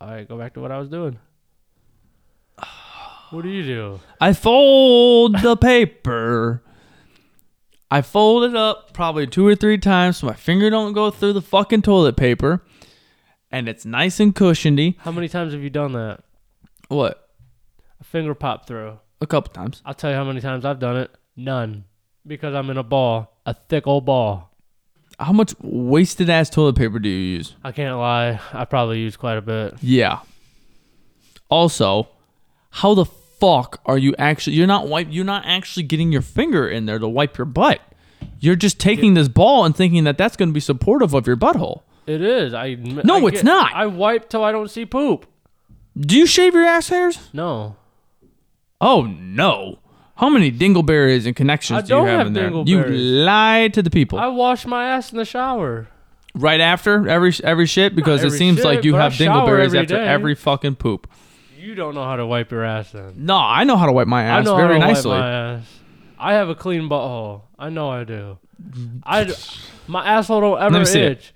Speaker 2: I go back to what I was doing. What do you do?
Speaker 1: I fold the paper. I fold it up probably two or three times so my finger don't go through the fucking toilet paper, and it's nice and cushiony.
Speaker 2: How many times have you done that?
Speaker 1: What?
Speaker 2: A finger pop through.
Speaker 1: A couple times.
Speaker 2: I'll tell you how many times I've done it. None. Because I'm in a ball, a thick old ball.
Speaker 1: How much wasted ass toilet paper do you use?
Speaker 2: I can't lie. I probably use quite a bit.
Speaker 1: Yeah. Also, how the fuck are you actually? You're not wipe. You're not actually getting your finger in there to wipe your butt. You're just taking this ball and thinking that that's going to be supportive of your butthole.
Speaker 2: It is. I
Speaker 1: No,
Speaker 2: I
Speaker 1: it's not.
Speaker 2: I wipe till I don't see poop.
Speaker 1: Do you shave your ass hairs?
Speaker 2: No,
Speaker 1: Oh no! How many dingleberries and connections
Speaker 2: I
Speaker 1: do you
Speaker 2: don't
Speaker 1: have,
Speaker 2: have
Speaker 1: in there? You
Speaker 2: dingleberries.
Speaker 1: lied to the people
Speaker 2: I wash my ass in the shower.
Speaker 1: right after every every shit because it
Speaker 2: every
Speaker 1: seems
Speaker 2: shit,
Speaker 1: like you
Speaker 2: but I
Speaker 1: have
Speaker 2: shower
Speaker 1: dingleberries
Speaker 2: every
Speaker 1: after
Speaker 2: day.
Speaker 1: every fucking poop.
Speaker 2: You don't know how to wipe your ass then.
Speaker 1: No, I know how to wipe my
Speaker 2: Oh, I
Speaker 1: ass
Speaker 2: know
Speaker 1: very
Speaker 2: how to
Speaker 1: nicely.
Speaker 2: Wipe my ass. I have a clean butthole. I know I do. I d- my asshole don't ever
Speaker 1: me see it.
Speaker 2: itch.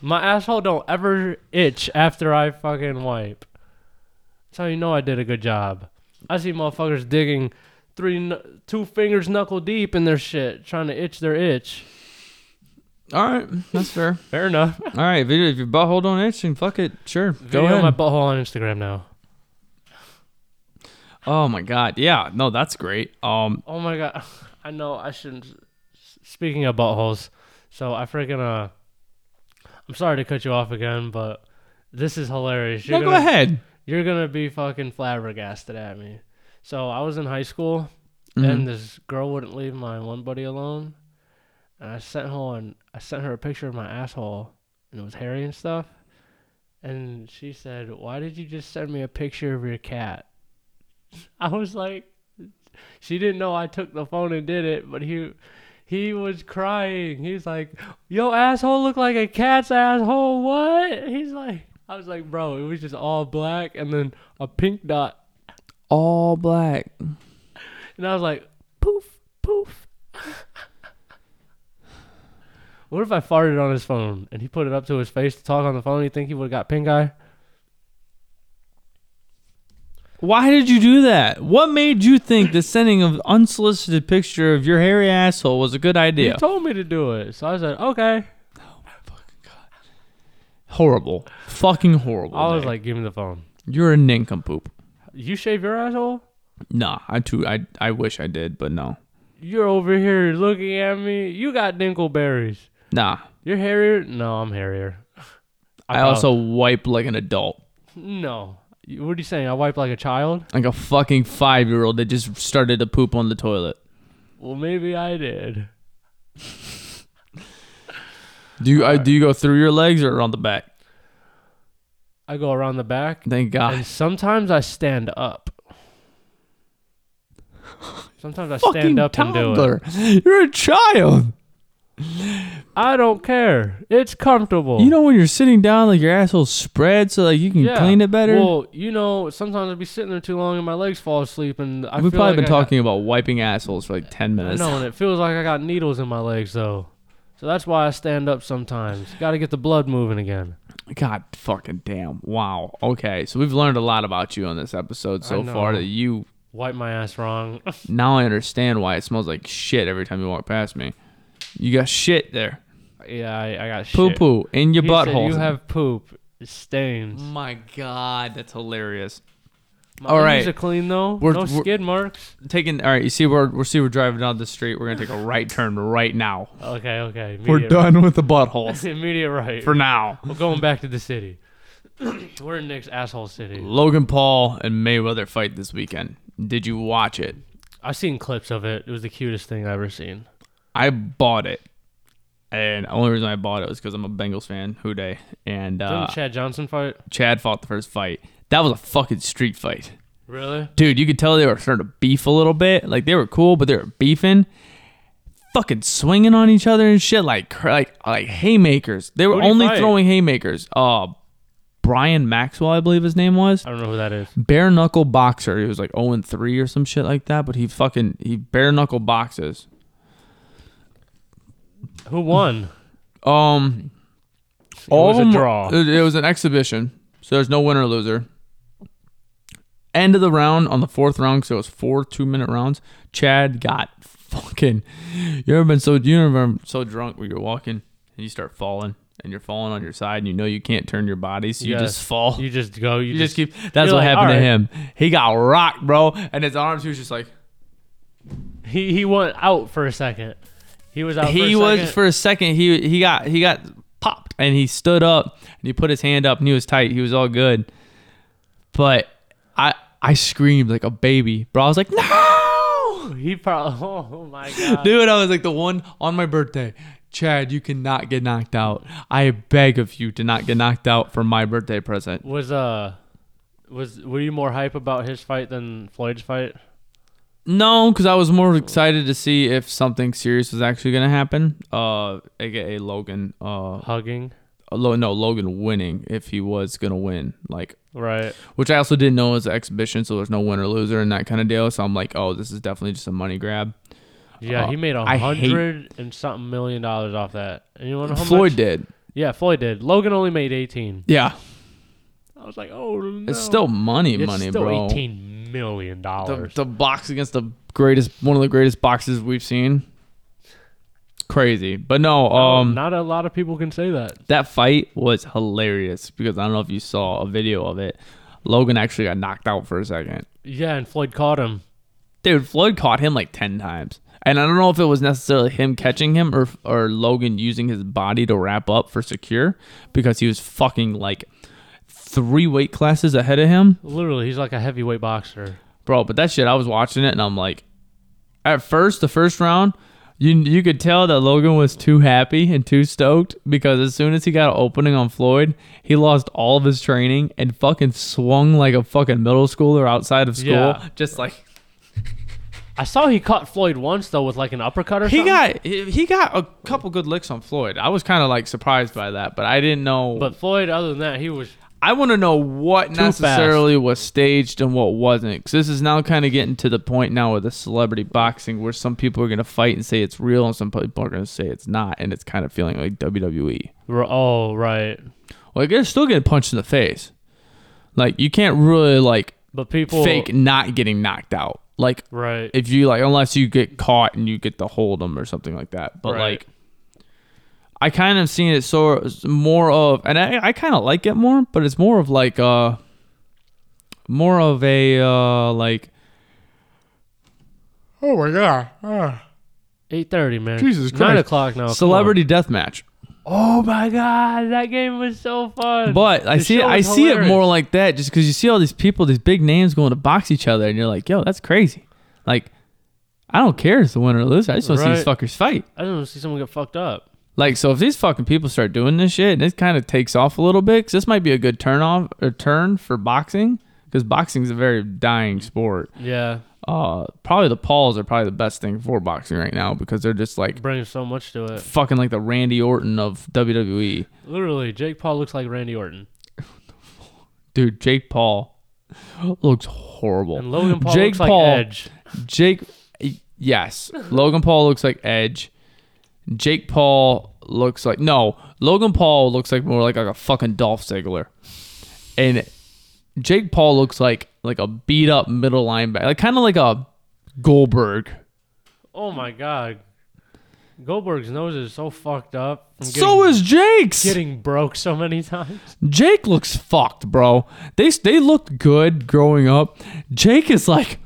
Speaker 2: My asshole don't ever itch after I fucking wipe. That's how you know I did a good job. I see motherfuckers digging three, kn- two fingers knuckle deep in their shit, trying to itch their itch.
Speaker 1: All right, that's fair.
Speaker 2: Fair enough.
Speaker 1: All right, if, you, if your butthole don't itch, then fuck it. Sure,
Speaker 2: Video
Speaker 1: go ahead.
Speaker 2: my butthole on Instagram now.
Speaker 1: oh my god, yeah, no, that's great. Um,
Speaker 2: Oh my god, [laughs] I know I shouldn't. s- Speaking of buttholes, so I freaking uh, I'm sorry to cut you off again, but this is hilarious.
Speaker 1: no,
Speaker 2: You're
Speaker 1: go
Speaker 2: gonna,
Speaker 1: ahead.
Speaker 2: You're gonna be fucking flabbergasted at me. So I was in high school,
Speaker 1: Mhm.
Speaker 2: and this girl wouldn't leave my one buddy alone, and I sent her one. I sent her a picture of my asshole, and it was hairy and stuff. And she said, "Why did you just send me a picture of your cat?" [laughs] I was like, "She didn't know I took the phone and did it, but he." He was crying. He's like, "Yo, asshole, look like a cat's asshole." What? He's like, I was like, "Bro, it was just all black and then a pink dot
Speaker 1: All black.
Speaker 2: and I was like, poof, poof. [laughs] what if I farted on his phone and he put it up to his face to talk on the phone? You think he would have got pink eye?
Speaker 1: Why did you do that? What made you think the sending of unsolicited picture of your hairy asshole was a good idea?
Speaker 2: He told me to do it. So I said, okay.
Speaker 1: horrible, fucking horrible.
Speaker 2: I was
Speaker 1: Nick.
Speaker 2: like, give me the phone.
Speaker 1: you're a nincompoop.
Speaker 2: You shave your asshole?
Speaker 1: Nah, I too. I I wish I did, but no.
Speaker 2: You're over here looking at me. You got dinkleberries.
Speaker 1: Nah,
Speaker 2: You're hairier? No, I'm hairier.
Speaker 1: I
Speaker 2: prob-
Speaker 1: also wipe like an adult.
Speaker 2: No. You- What are you saying? I wipe like a child?
Speaker 1: like a fucking five year old that just started to poop on the toilet.
Speaker 2: Well, maybe I did.
Speaker 1: Do you uh, do you go through your legs or on the back?
Speaker 2: I go around the back
Speaker 1: Thank God.
Speaker 2: And sometimes I stand up. Sometimes I
Speaker 1: Fucking
Speaker 2: stand up and do it.
Speaker 1: toddler. You're a child.
Speaker 2: I don't care. It's comfortable.
Speaker 1: You know when you're sitting down, like your asshole spread so like you can
Speaker 2: Yeah.
Speaker 1: clean it better.
Speaker 2: Well, you know, sometimes I'd be sitting there too long and my legs fall asleep, and I
Speaker 1: We've
Speaker 2: feel
Speaker 1: probably
Speaker 2: like
Speaker 1: been
Speaker 2: I got-
Speaker 1: talking about wiping assholes for like ten
Speaker 2: I
Speaker 1: minutes.
Speaker 2: know, and it feels like I got needles in my legs though. So that's why I stand up sometimes. Got to get the blood moving again.
Speaker 1: God fucking damn. Wow. Okay. So we've learned a lot about you on this episode so
Speaker 2: know.
Speaker 1: far that you
Speaker 2: Wipe my ass wrong. [laughs]
Speaker 1: now I understand why it smells like shit every time you walk past me. You got shit there.
Speaker 2: yeah, I, I got shit.
Speaker 1: Poo poo in your
Speaker 2: He said
Speaker 1: butthole.
Speaker 2: You have poop stains.
Speaker 1: My God, that's hilarious.
Speaker 2: My
Speaker 1: All
Speaker 2: undies
Speaker 1: right.
Speaker 2: are clean though.
Speaker 1: We're-
Speaker 2: no
Speaker 1: we're-
Speaker 2: skid marks.
Speaker 1: Taking all right, you see we're we see we're driving down the street. We're gonna take a right turn right now.
Speaker 2: Okay, okay.
Speaker 1: We're
Speaker 2: immediate
Speaker 1: done with the
Speaker 2: [laughs]
Speaker 1: buttholes
Speaker 2: Immediate right.
Speaker 1: for now.
Speaker 2: We're going back to the city. [clears throat] We're in Nick's asshole city.
Speaker 1: Logan Paul and Mayweather fight this weekend. Did you watch it?
Speaker 2: I've seen clips of it. It was the cutest thing I've ever seen.
Speaker 1: I bought it, and the only reason I bought it was because I'm a Bengals fan. Who day? And uh,
Speaker 2: Didn't Chad Johnson fight?
Speaker 1: Chad fought the first fight. That was a fucking street fight.
Speaker 2: Really?
Speaker 1: dude, you could tell they were starting to beef a little bit. Like they were cool, but they were beefing, fucking swinging on each other and shit, like cr- like like haymakers. They were
Speaker 2: Who'd he
Speaker 1: only
Speaker 2: fight?
Speaker 1: throwing haymakers. Uh, Brian Maxwell, I believe his name was
Speaker 2: I don't know who that is.
Speaker 1: bare knuckle boxer. He was like 0 and 3 or some shit like that, but he fucking he bare knuckle boxes.
Speaker 2: Who won?
Speaker 1: Um,
Speaker 2: it was
Speaker 1: of
Speaker 2: a
Speaker 1: them-
Speaker 2: draw.
Speaker 1: It, it was an exhibition, so there's no winner or loser. End of the round on the fourth round, so it was four two minute rounds. Chad got [laughs] fucking. You ever been so you ever been so drunk where you're walking and you start falling and you're falling on your side and you know you can't turn your body, so [laughs] you
Speaker 2: Yes.
Speaker 1: just fall. [laughs] You,
Speaker 2: You just go. You,
Speaker 1: just
Speaker 2: just,
Speaker 1: keep. That's what
Speaker 2: you're like,
Speaker 1: happened to
Speaker 2: "All right."
Speaker 1: him. He got rocked, bro, and his arms. He was just like
Speaker 2: He he went out for a second. He was out.
Speaker 1: he
Speaker 2: for a
Speaker 1: was
Speaker 2: second.
Speaker 1: Uh, for a second. He he got he got popped and he stood up and he put his hand up and he was tight. He was all good. But I I screamed like a baby, bro. I was like, no,
Speaker 2: [laughs] He probably. Oh my god.
Speaker 1: dude. I was like the one on my birthday. Chad, you cannot get knocked out. I beg of you to not get knocked out for my birthday present.
Speaker 2: Was uh, was were you more hype about his fight than Floyd's fight?
Speaker 1: No, because I was more excited to see if something serious was actually gonna happen. Uh, aka Logan. Uh,
Speaker 2: Hugging.
Speaker 1: Lo- no, Logan winning if he was gonna win. Like,
Speaker 2: Right.
Speaker 1: which I also didn't know was an exhibition, so there's no winner loser and that kind of deal. So I'm like, oh, this is definitely just a money grab.
Speaker 2: Yeah,
Speaker 1: Uh,
Speaker 2: he made a
Speaker 1: I hate-
Speaker 2: hundred and something million dollars off that. And you wanna know how
Speaker 1: Floyd
Speaker 2: much?
Speaker 1: did.
Speaker 2: Yeah, Floyd did. Logan only made eighteen.
Speaker 1: Yeah,
Speaker 2: I was like, oh no.
Speaker 1: it's still money,
Speaker 2: It's
Speaker 1: money,
Speaker 2: still
Speaker 1: bro.
Speaker 2: eighteen million
Speaker 1: The,
Speaker 2: dollars.
Speaker 1: the box against the greatest, one of the greatest boxes we've seen. Crazy, but no, um,
Speaker 2: not a lot of people can say that.
Speaker 1: that fight was hilarious because I don't know if you saw a video of it. Logan actually got knocked out for a second.
Speaker 2: Yeah, and Floyd caught him.
Speaker 1: dude floyd caught him like 10 times and i don't know if it was necessarily him catching him or or logan using his body to wrap up for secure because he was fucking like three weight classes ahead of him
Speaker 2: Literally, he's like a heavyweight boxer.
Speaker 1: bro but that shit i was watching it and i'm like at first the first round you, you could tell that Logan was too happy and too stoked because as soon as he got an opening on Floyd, he lost all of his training and fucking swung like a fucking middle schooler outside of school.
Speaker 2: Yeah.
Speaker 1: Just like
Speaker 2: I saw he caught Floyd once though with like an uppercut or
Speaker 1: He
Speaker 2: something.
Speaker 1: got he he got a couple good licks on Floyd. I was kind of like surprised by that, but I didn't know.
Speaker 2: but Floyd, other than that, he was
Speaker 1: I want to know what
Speaker 2: fast.
Speaker 1: necessarily was staged and what wasn't, because this is now kind of getting to the point now with the celebrity boxing where some people are gonna fight and say it's real, and some people are gonna say it's not, and it's kind of feeling like WWE.
Speaker 2: r- oh right.
Speaker 1: Like they're still getting punched in the face. Like you can't really like
Speaker 2: But people
Speaker 1: fake not getting knocked out. Like
Speaker 2: right.
Speaker 1: if you like unless you get caught and you get to hold them or something like that but
Speaker 2: Right.
Speaker 1: like i kind of seen it so more of and i, I kind of like it more but it's more of like uh more of a uh like
Speaker 2: oh my god. Eight thirty, man.
Speaker 1: Jesus
Speaker 2: Nine
Speaker 1: Christ.
Speaker 2: o'clock now. come on.
Speaker 1: celebrity death match
Speaker 2: Oh my god, that game was so fun.
Speaker 1: but i
Speaker 2: The
Speaker 1: see it
Speaker 2: show
Speaker 1: i
Speaker 2: was
Speaker 1: see it more
Speaker 2: hilarious.
Speaker 1: like that just because you see all these people these big names going to box each other and you're like yo that's crazy like i don't care if it's the winner or loser i just want to see these
Speaker 2: Right.
Speaker 1: fuckers fight
Speaker 2: I don't wanna see someone get fucked up.
Speaker 1: Like, so if these fucking people start doing this shit and it kind of takes off a little bit, 'cause this might be a good turn off or turn for boxing, because boxing's a very dying sport.
Speaker 2: Yeah,
Speaker 1: Uh, probably the Pauls are probably the best thing for boxing right now because they're just like
Speaker 2: brings so much to it.
Speaker 1: fucking like the Randy Orton of E. WWE,
Speaker 2: Literally, Jake Paul looks like Randy Orton,
Speaker 1: dude. Jake Paul [gasps] looks horrible.
Speaker 2: and Logan Paul
Speaker 1: Jake
Speaker 2: looks like
Speaker 1: Paul.
Speaker 2: Edge.
Speaker 1: Jake, yes, Logan Paul looks like Edge. Jake Paul looks like no. Logan Paul looks like more like, like a fucking Dolph Ziggler, and Jake Paul looks like like a beat up middle linebacker, like kind of like a Goldberg.
Speaker 2: Oh my god, Goldberg's nose is so fucked up. from
Speaker 1: so is Jake's.
Speaker 2: getting broke so many times.
Speaker 1: Jake looks fucked, bro. They they looked good growing up. Jake is like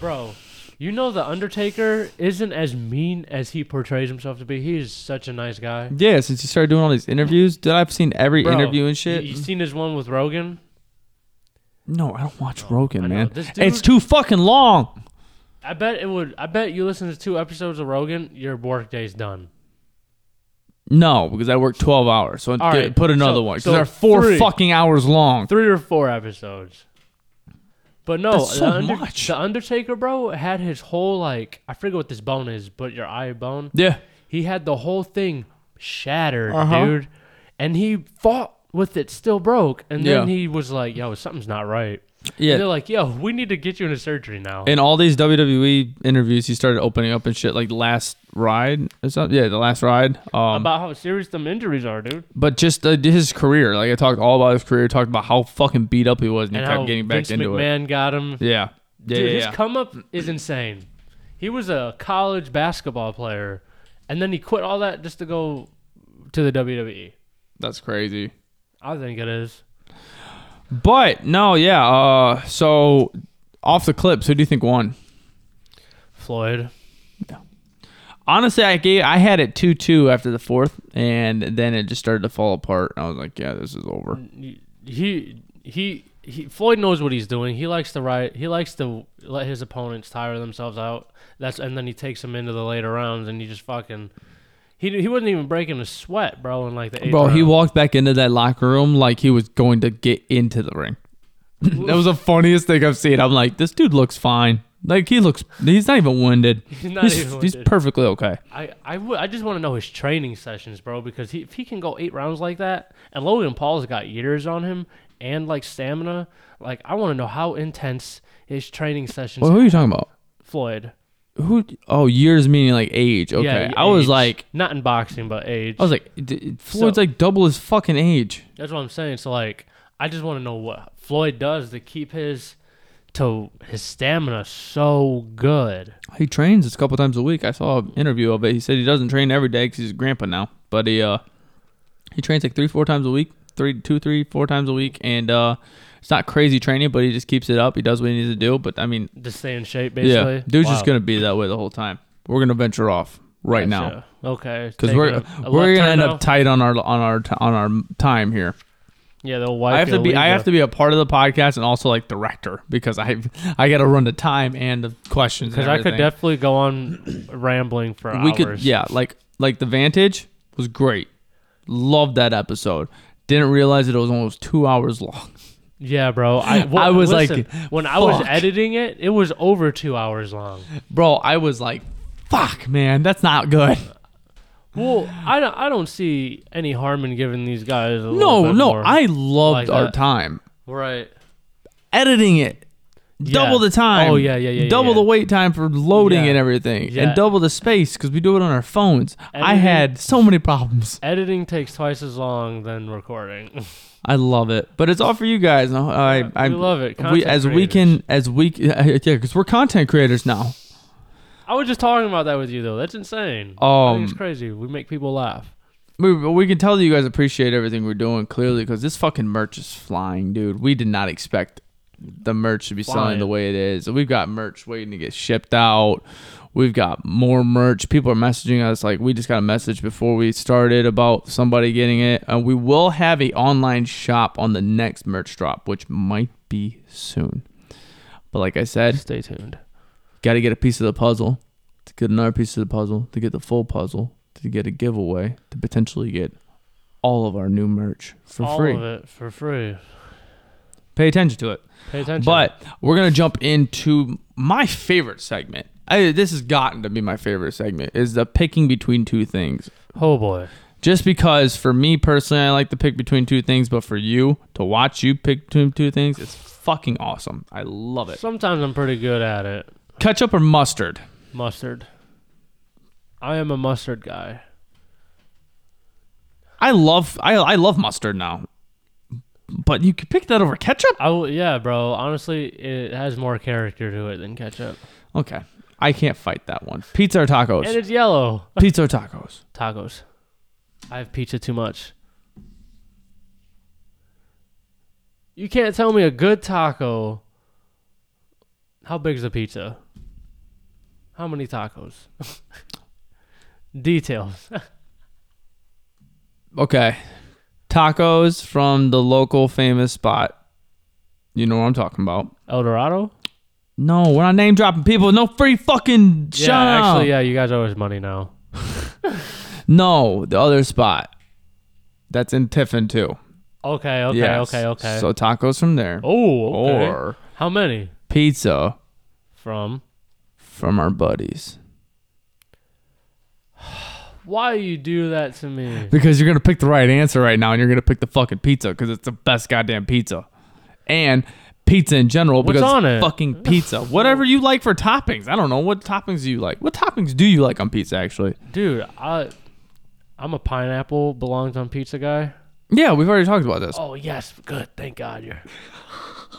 Speaker 2: Bro, you know the Undertaker isn't as mean as he portrays himself to be. He is such a nice guy.
Speaker 1: yeah. Since you started doing all these interviews, did I've seen every
Speaker 2: Bro,
Speaker 1: interview and shit.
Speaker 2: You, you seen his one with Rogan?
Speaker 1: no, I don't watch Rogan,
Speaker 2: I know.
Speaker 1: man.
Speaker 2: This
Speaker 1: it's
Speaker 2: dude-
Speaker 1: too fucking long.
Speaker 2: I bet it would. I bet you listen to two episodes of Rogan, your work day's done.
Speaker 1: No, because I work 12 hours. So
Speaker 2: All
Speaker 1: th-
Speaker 2: right,
Speaker 1: put another
Speaker 2: so-
Speaker 1: one. Because
Speaker 2: so
Speaker 1: they're four
Speaker 2: three.
Speaker 1: fucking hours long.
Speaker 2: Three or four episodes. But no,
Speaker 1: That's so
Speaker 2: the, Under-
Speaker 1: much.
Speaker 2: the Undertaker, bro, had his whole like I forget what this bone is, but your eye bone.
Speaker 1: Yeah.
Speaker 2: He had the whole thing shattered,
Speaker 1: Uh-huh.
Speaker 2: dude. And he fought with it still broke. And then
Speaker 1: Yeah.
Speaker 2: he was like, yo, something's not right.
Speaker 1: Yeah.
Speaker 2: And they're like, yo, we need to get you into surgery now.
Speaker 1: In all these WWE interviews, he started opening up and shit like last ride or something. Yeah, the last ride. Um,
Speaker 2: about how serious them injuries are, dude.
Speaker 1: but just uh, his career. Like I talked all about his career, talked about how fucking beat up he was and,
Speaker 2: And
Speaker 1: he
Speaker 2: how
Speaker 1: kept getting back
Speaker 2: Vince
Speaker 1: into it.
Speaker 2: McMahon got him.
Speaker 1: Yeah. Yeah.
Speaker 2: Dude,
Speaker 1: yeah,
Speaker 2: his
Speaker 1: yeah.
Speaker 2: come up is insane. He was a college basketball player, and then he quit all that just to go to the WWE.
Speaker 1: That's crazy.
Speaker 2: I think it is.
Speaker 1: But no, yeah. Uh, so off the clips, who do you think won?
Speaker 2: Floyd.
Speaker 1: Honestly, I gave I had it two two after the fourth, and then it just started to fall apart. I was like, yeah, this is over.
Speaker 2: He he he Floyd knows what he's doing. He likes to ride he likes to let his opponents tire themselves out. That's and then he takes them into the later rounds and he just fucking he, he wasn't even breaking a sweat, bro, in like the eighth
Speaker 1: Bro, he
Speaker 2: round.
Speaker 1: walked back into that locker room like he was [laughs] going to get into the ring. that was the funniest thing I've seen. I'm like, this dude looks fine. Like he looks, he's not even winded.
Speaker 2: [laughs] He's not
Speaker 1: he's,
Speaker 2: even
Speaker 1: he's
Speaker 2: winded.
Speaker 1: perfectly okay.
Speaker 2: I, I, w- I just want to know his training sessions, bro, because he, if he can go eight rounds like that, and Logan Paul's got years on him and like stamina, like I want to know how intense his training sessions.
Speaker 1: Well, who are you talking about?
Speaker 2: Floyd,
Speaker 1: Who? Oh, years meaning like age. Okay,
Speaker 2: Yeah,
Speaker 1: I was
Speaker 2: age.
Speaker 1: like,
Speaker 2: not in boxing, but age.
Speaker 1: I was like, d- Floyd's like double his fucking age.
Speaker 2: That's what I'm saying. So like, I just want to know what Floyd does to keep his to his stamina so good.
Speaker 1: He trains a couple times a week. I saw an interview of it. He said he doesn't train every day because he's a grandpa now, but he uh he trains like three, four times a week, three, two, three, four times a week, and uh it's not crazy training, but he just keeps it up. He does what he needs to do. But I mean,
Speaker 2: Just stay in shape,
Speaker 1: yeah,
Speaker 2: basically.
Speaker 1: dude's
Speaker 2: Wow.
Speaker 1: just gonna be that way the whole time. We're gonna venture off right now
Speaker 2: Gotcha. Okay.
Speaker 1: because
Speaker 2: taking
Speaker 1: we're
Speaker 2: a- a
Speaker 1: we're gonna
Speaker 2: left turn
Speaker 1: end
Speaker 2: now?
Speaker 1: up tight on our on our t- on our time here.
Speaker 2: yeah, they'll wipe.
Speaker 1: I have
Speaker 2: you
Speaker 1: to be. I
Speaker 2: leave
Speaker 1: have
Speaker 2: you.
Speaker 1: to be a part of the podcast and also like director because I I got to run the time and the questions.
Speaker 2: Because I could definitely go
Speaker 1: [clears throat]
Speaker 2: on rambling for
Speaker 1: we
Speaker 2: hours.
Speaker 1: could yeah like like the Vantage was great. Loved that episode. Didn't realize that it was almost two hours long. [laughs]
Speaker 2: Yeah, bro. I, wha-
Speaker 1: I was
Speaker 2: listen,
Speaker 1: like,
Speaker 2: when I was
Speaker 1: fuck.
Speaker 2: editing it, it was over two hours long.
Speaker 1: Bro, I was like, fuck, man, that's not good.
Speaker 2: Well, I don't, I don't see any harm in giving these guys a little
Speaker 1: No,
Speaker 2: bit
Speaker 1: no,
Speaker 2: more.
Speaker 1: I loved
Speaker 2: like
Speaker 1: our
Speaker 2: that.
Speaker 1: time
Speaker 2: right.
Speaker 1: editing it. Double
Speaker 2: Yeah.
Speaker 1: the time.
Speaker 2: Oh yeah, yeah, yeah. yeah,
Speaker 1: Double
Speaker 2: yeah.
Speaker 1: the wait time for loading
Speaker 2: Yeah.
Speaker 1: and everything,
Speaker 2: Yeah.
Speaker 1: and double the space because we do it on our phones. I
Speaker 2: Editing-
Speaker 1: had so many problems.
Speaker 2: Editing takes twice as long than recording. [laughs]
Speaker 1: I love it, but it's all for you guys. No, I, I
Speaker 2: we love it.
Speaker 1: We
Speaker 2: Content
Speaker 1: as we can as we [laughs] yeah, because we're content creators now.
Speaker 2: I was just talking about that with you though. That's insane. I think it's
Speaker 1: Um,
Speaker 2: crazy. We make people laugh.
Speaker 1: we, we can tell that you guys appreciate everything we're doing clearly because this fucking merch is flying, dude. We did not expect the merch to be selling the
Speaker 2: Flying.
Speaker 1: way it is. We've got merch waiting to get shipped out. We've got more merch. People are messaging us like we just got a message before we started about somebody getting it, and we will have a online shop on the next merch drop, which might be soon. But like I said,
Speaker 2: Stay tuned.
Speaker 1: Got to get a piece of the puzzle to get another piece of the puzzle to get the full puzzle to get a giveaway to potentially get all of our new merch for
Speaker 2: All
Speaker 1: free.
Speaker 2: of it for free.
Speaker 1: Pay attention to it.
Speaker 2: Pay attention.
Speaker 1: But we're gonna jump into my favorite segment. I, this has gotten to be my favorite segment is the picking between two things.
Speaker 2: oh boy.
Speaker 1: Just because for me personally, I like to pick between two things, but for you to watch you pick between two things, it's fucking awesome. I love it.
Speaker 2: Sometimes I'm pretty good at it.
Speaker 1: Ketchup or mustard?
Speaker 2: Mustard. I am a mustard guy.
Speaker 1: I love I I love mustard now. But you could pick that over ketchup?
Speaker 2: I w- yeah, bro. Honestly, it has more character to it than ketchup,
Speaker 1: Okay. I can't fight that one. Pizza or tacos?
Speaker 2: and it's yellow.
Speaker 1: Pizza or tacos?
Speaker 2: Tacos. I have pizza too much. You can't tell me a good taco. How big's the pizza? How many tacos? [laughs] Details.
Speaker 1: Okay. Tacos from the local famous spot. You know what I'm talking about.
Speaker 2: El Dorado.
Speaker 1: No, we're not name dropping people. No free fucking shout
Speaker 2: yeah,
Speaker 1: out.
Speaker 2: actually, yeah. You guys owe us money now.
Speaker 1: No, the other spot. That's in Tiffin too.
Speaker 2: Okay. Okay.
Speaker 1: Yes.
Speaker 2: Okay. Okay.
Speaker 1: So tacos from there.
Speaker 2: oh. Okay.
Speaker 1: Or
Speaker 2: How many
Speaker 1: pizza
Speaker 2: from?
Speaker 1: from our buddies.
Speaker 2: Why you do that to me?
Speaker 1: Because you're gonna pick the right answer right now, and you're gonna pick the fucking pizza because it's the best goddamn pizza, and pizza in general
Speaker 2: What's
Speaker 1: because
Speaker 2: on it?
Speaker 1: fucking
Speaker 2: [laughs]
Speaker 1: pizza. Whatever you like for toppings. I don't know what toppings do you like. What toppings do you like on pizza? Actually,
Speaker 2: Dude, I I'm a pineapple belongs on pizza guy.
Speaker 1: yeah, we've already talked about this.
Speaker 2: Oh yes, good. Thank God you're. [laughs]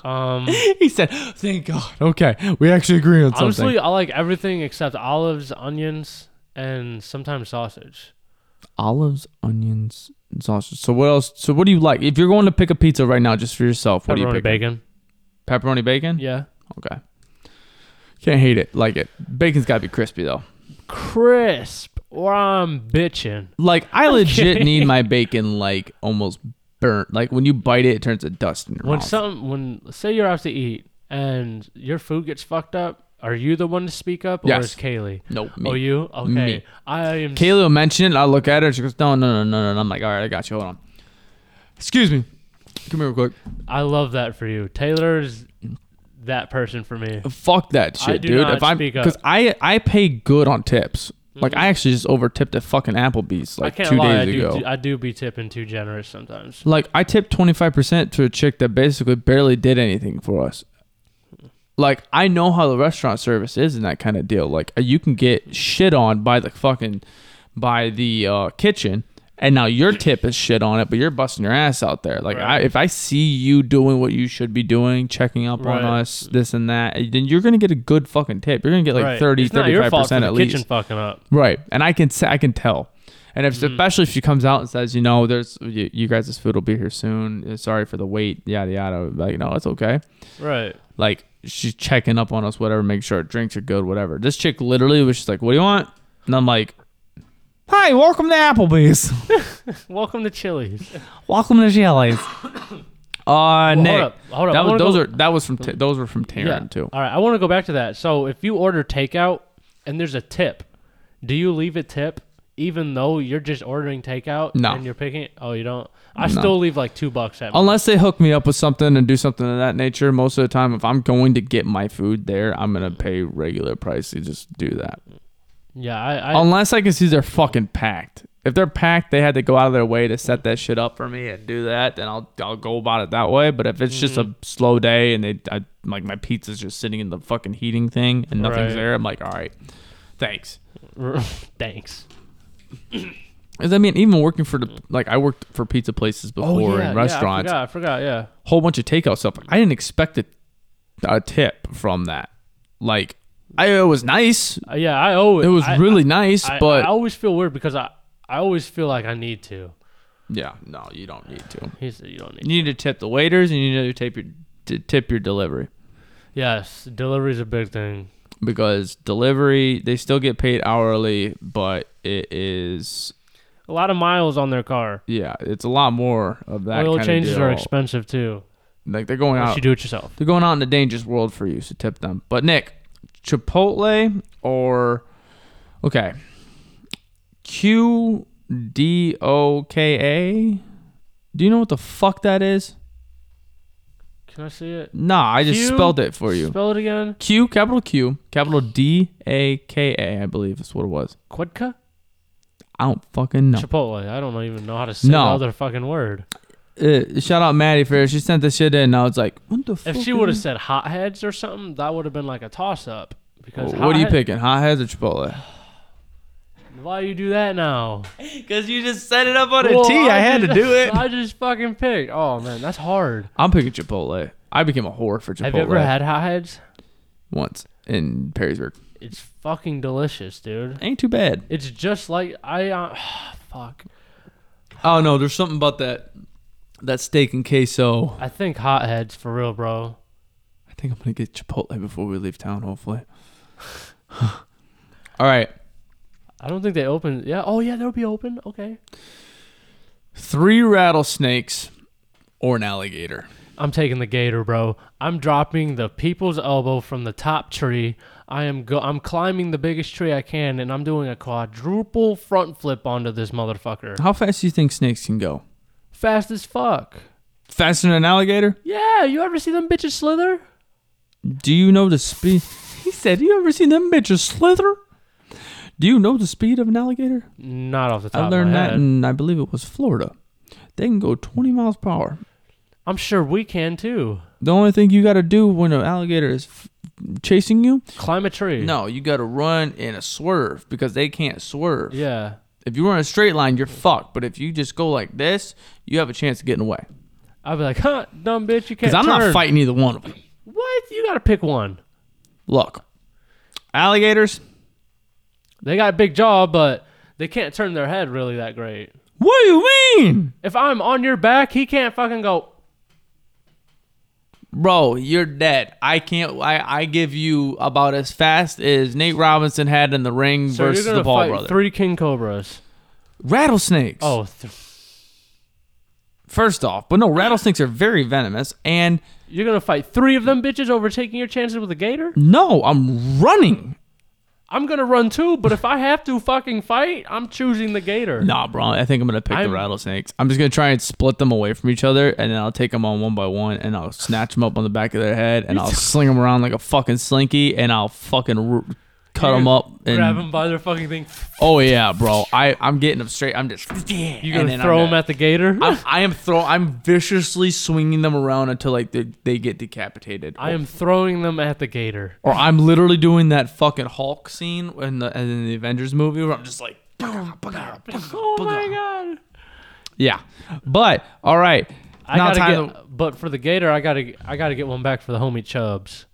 Speaker 2: Um,
Speaker 1: [laughs] He said, "Thank God." Okay, we actually agree on something.
Speaker 2: honestly, I like everything except olives, onions, and sometimes sausage.
Speaker 1: olives, onions, and sausage. So what else? So what do you like? If you're going to pick a pizza right now, just for yourself, what do you
Speaker 2: Pepperoni
Speaker 1: pick?
Speaker 2: bacon.
Speaker 1: Pepperoni bacon.
Speaker 2: Yeah.
Speaker 1: Okay. Can't hate it. Like it. Bacon's got to be crispy though.
Speaker 2: Crisp, or I'm bitching.
Speaker 1: Like
Speaker 2: [laughs]
Speaker 1: I legit need my bacon like almost burnt. Like when you bite it, it turns to dust in your
Speaker 2: When
Speaker 1: mouth.
Speaker 2: some when say you're out to eat and your food gets fucked up, are you the one to speak up or
Speaker 1: Yes.
Speaker 2: is Kaylee?
Speaker 1: nope.
Speaker 2: Oh,
Speaker 1: Me.
Speaker 2: you? Okay.
Speaker 1: Me.
Speaker 2: I am.
Speaker 1: Kaylee will mention it. And I'll look at her. She goes, "No, no, no, no, no." And I'm like, "All right, I got you. Hold on. Excuse me. Come here real quick.
Speaker 2: I love that for you. Taylor's that person for me.
Speaker 1: Fuck that
Speaker 2: I
Speaker 1: shit,
Speaker 2: do
Speaker 1: dude.
Speaker 2: not
Speaker 1: If I'm
Speaker 2: speak up. Mm-hmm.
Speaker 1: because I I pay good on tips. Like I actually just over tipped at fucking Applebee's like
Speaker 2: I can't
Speaker 1: two
Speaker 2: lie, I
Speaker 1: days
Speaker 2: do,
Speaker 1: ago.
Speaker 2: I do be tipping too generous sometimes.
Speaker 1: like I tipped twenty five percent to a chick that basically barely did anything for us. Like I know how the restaurant service is in that kind of deal. Like you can get shit on by the fucking by the uh, kitchen, and now your tip is shit on it, but you're busting your ass out there. Like I,
Speaker 2: Right.
Speaker 1: if I see you doing what you should be doing, checking up on
Speaker 2: Right.
Speaker 1: us, this and that, then you're gonna get a good fucking tip. You're gonna get like
Speaker 2: right.
Speaker 1: 30,
Speaker 2: it's not your
Speaker 1: 35
Speaker 2: fault for
Speaker 1: percent
Speaker 2: the
Speaker 1: at
Speaker 2: kitchen
Speaker 1: least.
Speaker 2: fucking up.
Speaker 1: Right, and I can say I can tell, and if,
Speaker 2: Mm-hmm.
Speaker 1: especially if she comes out and says, you know, there's you, you guys' food will be here soon. Uh, Sorry for the wait, yada yada. Like, no, it's okay.
Speaker 2: Right.
Speaker 1: Like she's checking up on us, whatever, make sure our drinks are good, whatever. This chick literally was just like, what do you want? And I'm like, hi, welcome to Applebee's. [laughs]
Speaker 2: Welcome to Chili's.
Speaker 1: welcome to Chili's. Uh,
Speaker 2: Well,
Speaker 1: Nick,
Speaker 2: hold up. Hold up.
Speaker 1: that
Speaker 2: I
Speaker 1: was
Speaker 2: wanna
Speaker 1: those
Speaker 2: go- Mm.
Speaker 1: are that was from Ta- those were from Taryn too.
Speaker 2: All right, I want to go back to that. So if you order takeout and there's a tip, do you leave a tip even though you're just ordering takeout
Speaker 1: No.
Speaker 2: and you're picking? Oh, you don't. I
Speaker 1: No.
Speaker 2: still leave like two bucks at.
Speaker 1: Unless they hook me up with something and do something of that nature, most of the time, if I'm going to get my food there, I'm gonna pay regular price to just do that.
Speaker 2: yeah, I, I
Speaker 1: Unless I can see they're fucking packed. If they're packed, they had to go out of their way to set that shit up for me and do that, then I'll I'll go about it that way. But if it's just
Speaker 2: Mm-hmm.
Speaker 1: a slow day and they I, like my pizza's just sitting in the fucking heating thing and nothing's
Speaker 2: Right.
Speaker 1: there, I'm like, all right, thanks.
Speaker 2: [laughs] thanks.
Speaker 1: 'Cause I mean, even working for the like I worked for pizza places before and restaurants.
Speaker 2: Oh, I forgot. I forgot. Yeah.
Speaker 1: whole bunch of takeout stuff. I didn't expect a, a tip from that. Like, I it was nice.
Speaker 2: Uh, yeah, I owe it.
Speaker 1: It was
Speaker 2: I-
Speaker 1: really nice,
Speaker 2: I,
Speaker 1: but
Speaker 2: I always feel weird because I I always feel like I need to.
Speaker 1: yeah, no, you don't need to.
Speaker 2: He said you don't need.
Speaker 1: You need to tip the waiters, and you need to tip your to tip your delivery
Speaker 2: Yes, delivery's a big thing.
Speaker 1: because delivery they still get paid hourly, but it is
Speaker 2: A lot of miles on their car.
Speaker 1: yeah, it's a lot more of that.
Speaker 2: Oil
Speaker 1: kind
Speaker 2: changes
Speaker 1: of deal.
Speaker 2: are expensive too.
Speaker 1: Like they're going
Speaker 2: Unless
Speaker 1: out.
Speaker 2: you do it yourself.
Speaker 1: They're going out in a dangerous world for you, so tip them. But Nick, Chipotle or okay, Q D O K A. Do you know what the fuck that is?
Speaker 2: Can I see it?
Speaker 1: Nah, I just
Speaker 2: Q-
Speaker 1: spelled it for you.
Speaker 2: Spell it again.
Speaker 1: Q capital Q capital D A K A. I believe is what it was.
Speaker 2: Quidka?
Speaker 1: I don't fucking know.
Speaker 2: Chipotle. I don't even know how to say
Speaker 1: No.
Speaker 2: the other fucking word.
Speaker 1: Uh, shout out Maddie for she sent this shit in. And I was like, what the fuck?
Speaker 2: If she
Speaker 1: is [laughs]
Speaker 2: would have
Speaker 1: this?
Speaker 2: said hotheads or something, that would have been like a toss up. Because
Speaker 1: what are you
Speaker 2: hothead-
Speaker 1: picking, hot heads or [laughs] Chipotle?
Speaker 2: Why you do that now?
Speaker 1: Because you just set it up on
Speaker 2: Well,
Speaker 1: tee. [laughs] I had to
Speaker 2: just-
Speaker 1: do it.
Speaker 2: [laughs] I just fucking picked. Oh man, that's hard.
Speaker 1: I'm picking Chipotle. I became a whore for Chipotle.
Speaker 2: Have you ever had hotheads?
Speaker 1: once in Perrysburg?
Speaker 2: It's fucking delicious, dude.
Speaker 1: Ain't too bad.
Speaker 2: It's just like I uh, [sighs] fuck.
Speaker 1: Oh no, there's something about that that steak and queso.
Speaker 2: I think hotheads for real, bro.
Speaker 1: I think I'm gonna get Chipotle before we leave town. Hopefully. [sighs] All right,
Speaker 2: I don't think they open. Yeah. Oh yeah, they'll be open. Okay.
Speaker 1: three rattlesnakes or an alligator.
Speaker 2: I'm taking the gator, bro. I'm dropping the people's elbow from the top tree. I am go- I'm climbing the biggest tree I can, and I'm doing a quadruple front flip onto this motherfucker.
Speaker 1: How fast do you think snakes can go?
Speaker 2: Fast as fuck.
Speaker 1: Faster than an alligator?
Speaker 2: Yeah, you ever see them bitches slither?
Speaker 1: Do you know the speed? [laughs] He said, "You ever seen them bitches slither?" Do you know the speed of an alligator?
Speaker 2: Not off the top
Speaker 1: I
Speaker 2: of
Speaker 1: learned
Speaker 2: my
Speaker 1: that,
Speaker 2: head.
Speaker 1: in I believe it was Florida. They can go 20 miles per hour.
Speaker 2: I'm sure we can too.
Speaker 1: The only thing you got to do when an alligator is f- chasing you,
Speaker 2: Climb a tree.
Speaker 1: no, you got to run in a swerve because they can't swerve.
Speaker 2: Yeah.
Speaker 1: If you run a straight line, you're fucked. But if you just go like this, you have a chance of getting away.
Speaker 2: I'd be like, huh, dumb bitch, you can't.
Speaker 1: Because I'm not
Speaker 2: turn."
Speaker 1: fighting either one of them.
Speaker 2: What? You gotta pick one.
Speaker 1: Look, alligators,
Speaker 2: They got a big jaw, but they can't turn their head really that great.
Speaker 1: what do you mean?
Speaker 2: If I'm on your back, he can't fucking go.
Speaker 1: Bro, you're dead. I can't. I, I give you about as fast as Nate Robinson had in the ring
Speaker 2: So
Speaker 1: versus
Speaker 2: you're gonna
Speaker 1: the Ball
Speaker 2: fight
Speaker 1: Brother.
Speaker 2: three king cobras.
Speaker 1: rattlesnakes.
Speaker 2: Oh, th-
Speaker 1: First off, but no, rattlesnakes are very venomous. And
Speaker 2: you're gonna fight three of them bitches over taking your chances with a gator?
Speaker 1: no, I'm running.
Speaker 2: I'm gonna run too, but if I have to fucking fight, I'm choosing the gator.
Speaker 1: Nah, bro. I think I'm gonna pick
Speaker 2: I'm-
Speaker 1: the rattlesnakes. I'm just gonna try and split them away from each other, and then I'll take them on one by one, and I'll snatch them up on the back of their head, and I'll sling them around like a fucking slinky, and I'll fucking r- cut
Speaker 2: You
Speaker 1: them up. And
Speaker 2: Grab him by their fucking thing.
Speaker 1: oh yeah, bro. I I'm getting them straight. I'm just yeah.
Speaker 2: You gonna throw him at the gator?
Speaker 1: I'm, I am throw. I'm viciously swinging them around until like they, they get decapitated.
Speaker 2: [laughs] I am throwing them at the gator.
Speaker 1: or I'm literally doing that fucking Hulk scene in the in the Avengers movie where I'm just like, "Bugger, bugger, bugger,
Speaker 2: Oh
Speaker 1: bugger."
Speaker 2: my god!
Speaker 1: yeah. But all right,
Speaker 2: I
Speaker 1: now
Speaker 2: gotta
Speaker 1: time.
Speaker 2: get, but for the gator, I gotta, I gotta get one back for the homie Chubbs.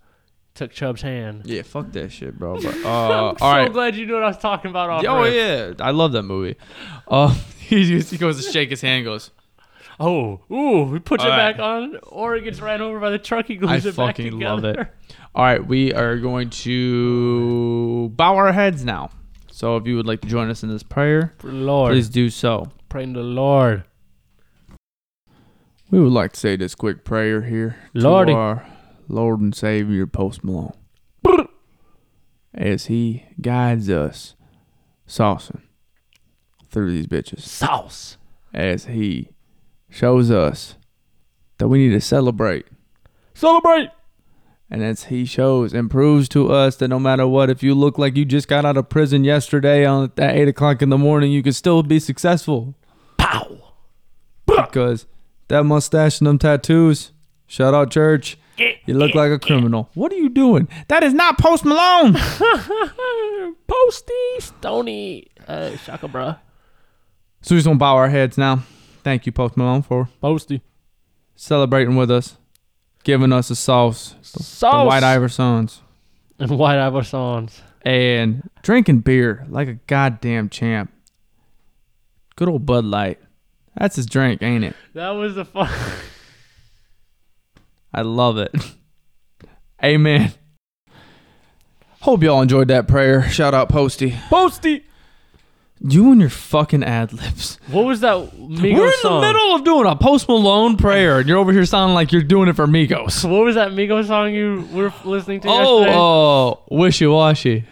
Speaker 2: Took Chubb's hand.
Speaker 1: yeah, fuck that shit,
Speaker 2: [laughs]
Speaker 1: bro. But, uh,
Speaker 2: I'm
Speaker 1: all
Speaker 2: so
Speaker 1: right.
Speaker 2: glad you knew what I was talking about. Off
Speaker 1: Oh
Speaker 2: rip.
Speaker 1: yeah, I love that movie. Uh, [laughs] he, just- he goes to shake his hand, and goes,
Speaker 2: Oh, ooh, he puts
Speaker 1: All
Speaker 2: it
Speaker 1: right.
Speaker 2: back on, or it gets ran over by the truck. He glues
Speaker 1: "I
Speaker 2: it back
Speaker 1: fucking love it."
Speaker 2: together.
Speaker 1: All right, we are going to bow our heads now. So if you would like to join us in this prayer,
Speaker 2: [laughs] Lord,
Speaker 1: please do so.
Speaker 2: praying to the Lord.
Speaker 1: We would like to say this quick prayer here.
Speaker 2: Lordy.
Speaker 1: To our Lord and Savior Post Malone. As he guides us, saucing through these bitches.
Speaker 2: Sauce.
Speaker 1: As he shows us that we need to celebrate.
Speaker 2: Celebrate.
Speaker 1: And as he shows and proves to us that no matter what, if you look like you just got out of prison yesterday on at eight o'clock in the morning, you can still be successful.
Speaker 2: Pow. [laughs]
Speaker 1: Because that mustache and them tattoos, shout out church. You look like a criminal. What are you doing? That is not Post Malone.
Speaker 2: Posty, Stony, uh, Shaka, bruh.
Speaker 1: so we're just gonna bow our heads now. Thank you, Post Malone, for
Speaker 2: Posty.
Speaker 1: celebrating with us, giving us the sauce, the
Speaker 2: Sauce.
Speaker 1: White Iversons,
Speaker 2: And White Iversons.
Speaker 1: and drinking beer like a goddamn champ. Good old Bud Light. That's his drink, ain't it?
Speaker 2: That was the fun.
Speaker 1: I love it. [laughs] Amen. Hope y'all enjoyed that prayer. Shout out Posty.
Speaker 2: Posty.
Speaker 1: You and your fucking ad libs.
Speaker 2: [laughs] What was that Migos
Speaker 1: We're in
Speaker 2: song?
Speaker 1: the middle of doing a Post Malone prayer, and you're over here sounding like you're doing it for Migos.
Speaker 2: What was that Migos song you were listening to
Speaker 1: Oh,
Speaker 2: yesterday?
Speaker 1: oh, wishy washy.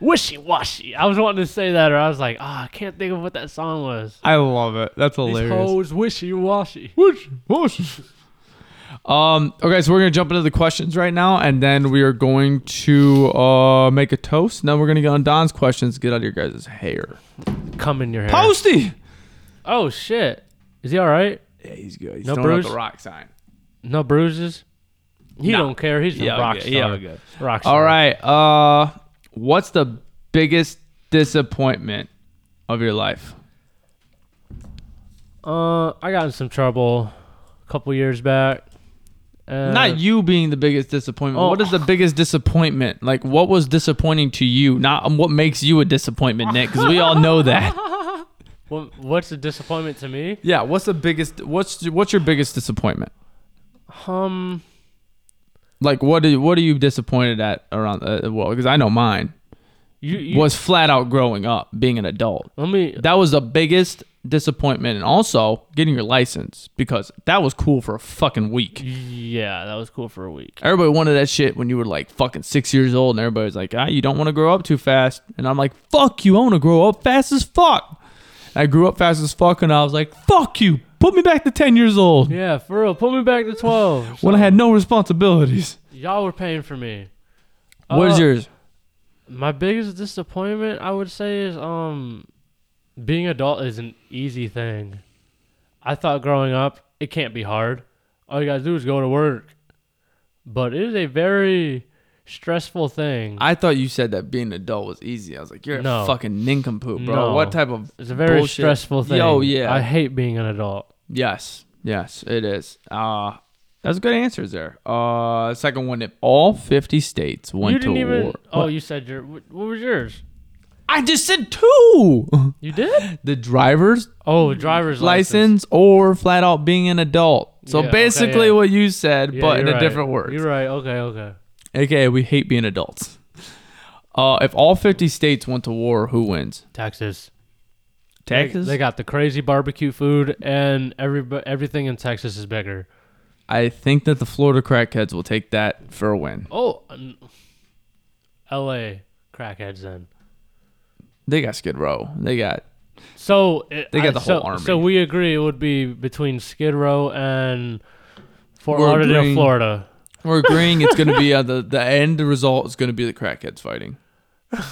Speaker 2: Wishy washy. I was wanting to say that, or I was like, ah, I can't think of what that song was.
Speaker 1: I love it. That's
Speaker 2: These
Speaker 1: hilarious.
Speaker 2: hoes wishy washy.
Speaker 1: Wishy washy. Um. Okay, so we're gonna jump into the questions right now, and then we are going to uh make a toast. Now we're gonna get on Don's questions. Get out of your guys' hair.
Speaker 2: Come in your hair.
Speaker 1: Posty.
Speaker 2: Oh shit. Is he all right?
Speaker 1: Yeah, he's good. He's
Speaker 2: No
Speaker 1: throwing out
Speaker 2: bruise?
Speaker 1: the rock sign.
Speaker 2: No bruises. He
Speaker 1: Nah.
Speaker 2: don't care. He's
Speaker 1: Yeah,
Speaker 2: a rock
Speaker 1: yeah,
Speaker 2: star.
Speaker 1: yeah, good.
Speaker 2: Rock star.
Speaker 1: All right. Uh, what's the biggest disappointment of your life?
Speaker 2: Uh, I got in some trouble a couple years back. Uh,
Speaker 1: not you being the biggest disappointment.
Speaker 2: Oh.
Speaker 1: What is the biggest disappointment? Like, what was disappointing to you? Not um, what makes you a disappointment, Nick, because we all know that.
Speaker 2: What, what's a disappointment to me?
Speaker 1: Yeah. What's the biggest? What's what's your biggest disappointment?
Speaker 2: Um,
Speaker 1: Like, what do what are you disappointed at around? Uh, well, because I know mine
Speaker 2: you, you
Speaker 1: was flat out growing up, being an adult.
Speaker 2: let me.
Speaker 1: That was the biggest disappointment, and also getting your license because that was cool for a fucking week.
Speaker 2: Yeah, that was cool for a week.
Speaker 1: Everybody wanted that shit when you were like fucking six years old, and everybody's like, ah, you don't want to grow up too fast. And I'm like, fuck you, I want to grow up fast as fuck. I grew up fast as fuck, and I was like, fuck you, put me back to 10 years old
Speaker 2: Yeah, for real. Put me back to twelve.
Speaker 1: when I had no responsibilities.
Speaker 2: Y'all were paying for me.
Speaker 1: what is
Speaker 2: Uh,
Speaker 1: yours?
Speaker 2: My biggest disappointment, I would say, is um, being adult is an easy thing. I thought growing up it can't be hard. All you gotta do is go to work, but it is a very stressful thing.
Speaker 1: I thought you said that being an adult was easy. I was like, you're
Speaker 2: No.
Speaker 1: a fucking nincompoop, bro.
Speaker 2: No.
Speaker 1: What type of.
Speaker 2: it's a very
Speaker 1: bullshit.
Speaker 2: stressful thing.
Speaker 1: Yo, yeah.
Speaker 2: I hate being an adult.
Speaker 1: Yes, yes, it is. Uh, that's good answers there. Uh, second one, if all 50 states went
Speaker 2: you didn't
Speaker 1: to
Speaker 2: even.
Speaker 1: war.
Speaker 2: Oh,
Speaker 1: What?
Speaker 2: you said your. What, what was yours?
Speaker 1: I just said two. [laughs]
Speaker 2: You did?
Speaker 1: the driver's
Speaker 2: Oh, driver's license.
Speaker 1: license or flat out being an adult. So
Speaker 2: Yeah, okay,
Speaker 1: basically
Speaker 2: yeah.
Speaker 1: what you said,
Speaker 2: Yeah,
Speaker 1: but in
Speaker 2: you're
Speaker 1: a
Speaker 2: right.
Speaker 1: different word.
Speaker 2: You're right. Okay. Okay.
Speaker 1: Okay, we hate being adults. Uh, if all 50 states went to war, who wins?
Speaker 2: Texas. They-
Speaker 1: Texas?
Speaker 2: They, got the crazy barbecue food, and every everything in Texas is bigger.
Speaker 1: I think that the Florida crackheads will take that for a win.
Speaker 2: Oh, n- L.A. crackheads then.
Speaker 1: They got Skid Row. They got
Speaker 2: So it,
Speaker 1: They got
Speaker 2: I-
Speaker 1: the
Speaker 2: so,
Speaker 1: whole army.
Speaker 2: So we agree it would be between Skid Row and Fort
Speaker 1: We're
Speaker 2: Lauderdale,
Speaker 1: agreeing.
Speaker 2: Florida.
Speaker 1: We're agreeing it's going to be uh, the the end result is going to be the crackheads fighting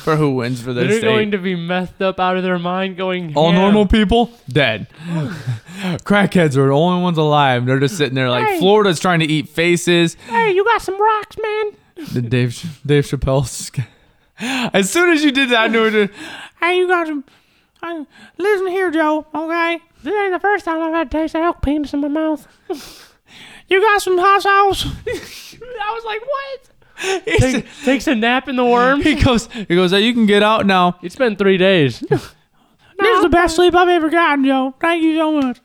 Speaker 1: for who wins for their
Speaker 2: They're
Speaker 1: state.
Speaker 2: going to be messed up out of their mind, going
Speaker 1: All
Speaker 2: ham.
Speaker 1: normal people dead. [laughs] crackheads are the only ones alive. They're just sitting there like
Speaker 2: Hey.
Speaker 1: Florida's trying to eat faces.
Speaker 2: Hey, you got some rocks, man.
Speaker 1: The Dave Dave Chappelle's. As soon as you did that, I knew it.
Speaker 3: Hey, you got some. I, listen here, Joe, okay? This ain't the first time I've had to taste elk penis in my
Speaker 2: [laughs]
Speaker 3: mouth. you got some hot sauce?
Speaker 2: I was like,
Speaker 1: [laughs]
Speaker 2: what?
Speaker 1: He said-
Speaker 2: Take, takes a nap in the worm.
Speaker 1: He goes. He goes. Hey, you can get out now.
Speaker 2: It's been three [laughs] days.
Speaker 3: This is the best sleep I've ever gotten, Joe. Thank you so much.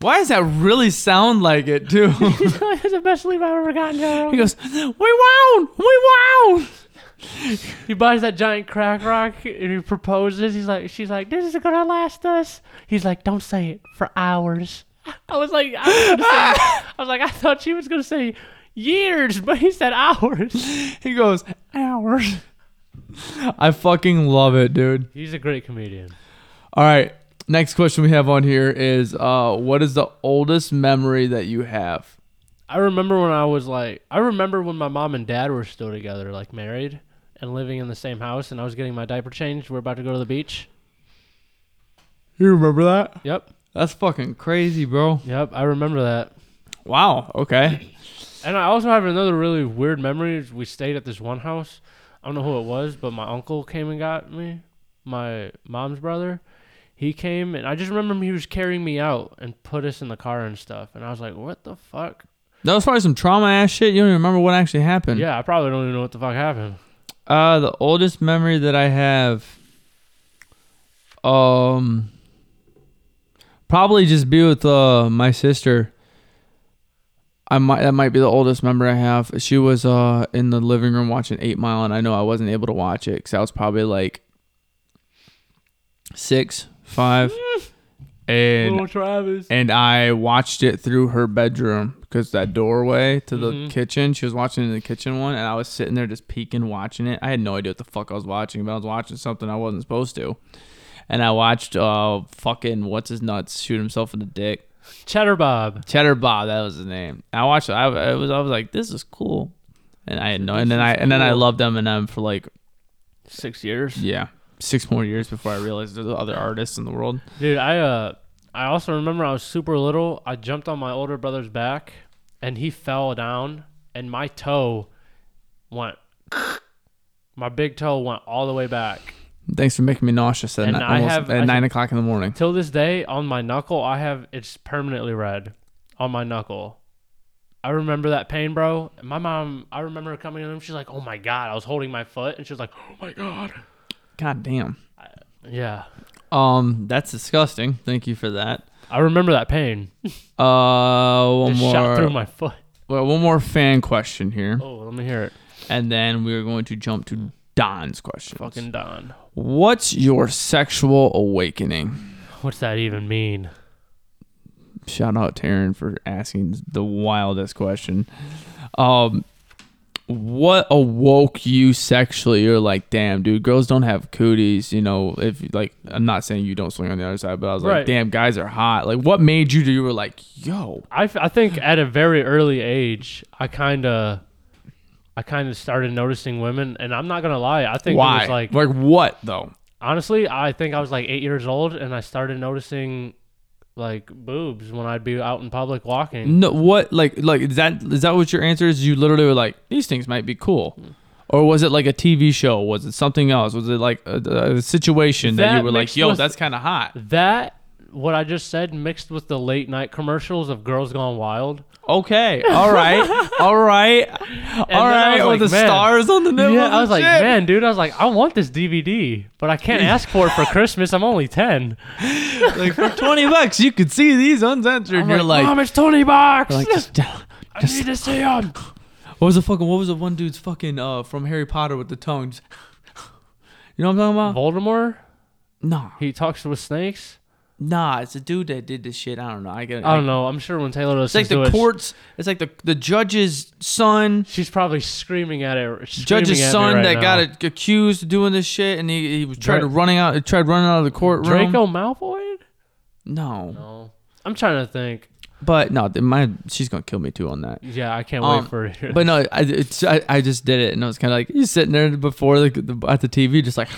Speaker 1: Why does that really sound like it too? [laughs]
Speaker 3: this is the best sleep I've ever gotten, Joe.
Speaker 1: he goes.
Speaker 3: We won! We won!
Speaker 2: he buys that giant crack rock and he proposes. He's like, she's like, this is gonna last us. He's like, don't say it for hours. [laughs] I was like, I was, gonna say, [laughs] I was like, I thought she was gonna say years, but he said hours.
Speaker 1: He goes.
Speaker 3: Hours.
Speaker 1: I fucking love it, dude.
Speaker 2: [laughs] He's a great comedian.
Speaker 1: All right. Next question we have on here is uh, what is the oldest memory that you have?
Speaker 2: I remember when I was like, I remember when my mom and dad were still together, like married and living in the same house, and I was getting my diaper changed. We're about to go to the beach.
Speaker 1: You remember that?
Speaker 2: Yep,
Speaker 1: That's fucking crazy, bro.
Speaker 2: yep, I remember that.
Speaker 1: Wow. Okay.
Speaker 2: And I also have another really weird memory. is We stayed at this one house. I don't know who it was, but my uncle came and got me. My mom's brother. He came and I just remember him- he was carrying me out and put us in the car and stuff. And I was like, what the fuck?
Speaker 1: That was probably some trauma ass shit. You don't even remember what actually happened.
Speaker 2: Yeah, I probably don't even know what the fuck happened.
Speaker 1: Uh, the oldest memory that I have, um, probably just be with uh my sister. I might that might be the oldest memory I have. She was uh in the living room watching Eight Mile, and I know I wasn't able to watch it because I was probably like six, five, and
Speaker 2: Little Travis.
Speaker 1: and I watched it through her bedroom because that doorway to the
Speaker 2: Mhm.
Speaker 1: kitchen, she was watching it in the kitchen one, and I was sitting there just peeking, watching it. I had no idea what the fuck I was watching, but I was watching something I wasn't supposed to. And I watched uh fucking what's his nuts shoot himself in the dick.
Speaker 2: Cheddar Bob.
Speaker 1: Cheddar Bob, that was his name. I watched. I, I was I was like, this is cool, and I had no. And then I and then I loved Eminem for like
Speaker 2: Six years.
Speaker 1: yeah six more years before I realized there's other artists in the world.
Speaker 2: Dude, I uh I also remember I was super little. I jumped on my older brother's back and he fell down and my toe went [clears throat] my big toe went all the way back.
Speaker 1: Thanks for making me nauseous at,
Speaker 2: And
Speaker 1: ni-
Speaker 2: I
Speaker 1: almost
Speaker 2: have-
Speaker 1: at
Speaker 2: I-
Speaker 1: nine o'clock in the morning.
Speaker 2: Till this day on my knuckle I have it's permanently red on my knuckle. I remember that pain, bro. And My mom, I remember her coming in and she's like, "Oh my god." I was holding my foot and she was like, "Oh my god."
Speaker 1: God damn.
Speaker 2: Yeah.
Speaker 1: Um, that's disgusting. Thank you for that.
Speaker 2: I remember that pain.
Speaker 1: Uh, one
Speaker 2: It
Speaker 1: more,
Speaker 2: shot through my foot.
Speaker 1: well, one more fan question here,
Speaker 2: Oh, let me hear it.
Speaker 1: and then we are going to jump to Don's question.
Speaker 2: Fucking Don.
Speaker 1: What's your sexual awakening?
Speaker 2: What's that even mean?
Speaker 1: Shout out Taryn for asking the wildest question. Um, what awoke you sexually? You're like, damn, dude, girls don't have cooties. You know, if like, I'm not saying you don't swing on the other side, but I was like,
Speaker 2: Right.
Speaker 1: damn, guys are hot. Like, what made you do? You were like, yo,
Speaker 2: I, f- I think at a very early age, I kind of, I kind of started noticing women, and I'm not gonna lie, I think it
Speaker 1: why?
Speaker 2: was like
Speaker 1: like what though?
Speaker 2: honestly, I think I was like eight years old, and I started noticing like boobs when I'd be out in public walking.
Speaker 1: No, what like like is that is that what your answer is? You literally were like, these things might be cool, or was it like a TV show? Was it something else? Was it like a, a situation that, you
Speaker 2: That
Speaker 1: were like,
Speaker 2: mixed
Speaker 1: yo,
Speaker 2: with-
Speaker 1: that's kind of
Speaker 2: [laughs]
Speaker 1: hot.
Speaker 2: That what I just said mixed with the late night commercials of Girls Gone Wild.
Speaker 1: Okay, all right, all right,
Speaker 2: then
Speaker 1: all
Speaker 2: I
Speaker 1: right.
Speaker 2: was
Speaker 1: With
Speaker 2: like,
Speaker 1: the
Speaker 2: man.
Speaker 1: stars on the nipple.
Speaker 2: yeah, I was like, man, dude, I was like, I want this DVD, but I can't ask for it for Christmas. I'm only ten.
Speaker 1: like for twenty bucks you could see these uncensored.
Speaker 2: I'm
Speaker 1: and you're like,
Speaker 2: Mom, it's Tony Box.
Speaker 1: like just,
Speaker 2: I need to see him.
Speaker 1: [laughs] what was the fucking what was the one dude's fucking uh from Harry Potter with the tongue? [laughs] Just- you know what I'm talking about?
Speaker 2: Voldemort.
Speaker 1: No,
Speaker 2: He talks with snakes.
Speaker 1: Nah, it's a dude that did this shit. I don't know. I get.
Speaker 2: I don't know. I'm sure when Taylor
Speaker 1: It's like
Speaker 2: listens
Speaker 1: the
Speaker 2: to it,
Speaker 1: courts. It's like the the judge's son.
Speaker 2: she's probably screaming at it. Screaming
Speaker 1: Judge's
Speaker 2: at me
Speaker 1: son
Speaker 2: right
Speaker 1: that
Speaker 2: now.
Speaker 1: got a- accused of doing this shit, and he, he was tried to
Speaker 2: Dra-
Speaker 1: running out. Tried running out of the courtroom.
Speaker 2: Draco Malfoy.
Speaker 1: No,
Speaker 2: No, I'm trying to think.
Speaker 1: but no, th- my she's gonna kill me too on that.
Speaker 2: Yeah, I can't
Speaker 1: Um,
Speaker 2: wait for it.
Speaker 1: But no, I, it's, I I just did it, and I was kind of like he's sitting there before the, the at the TV, just like,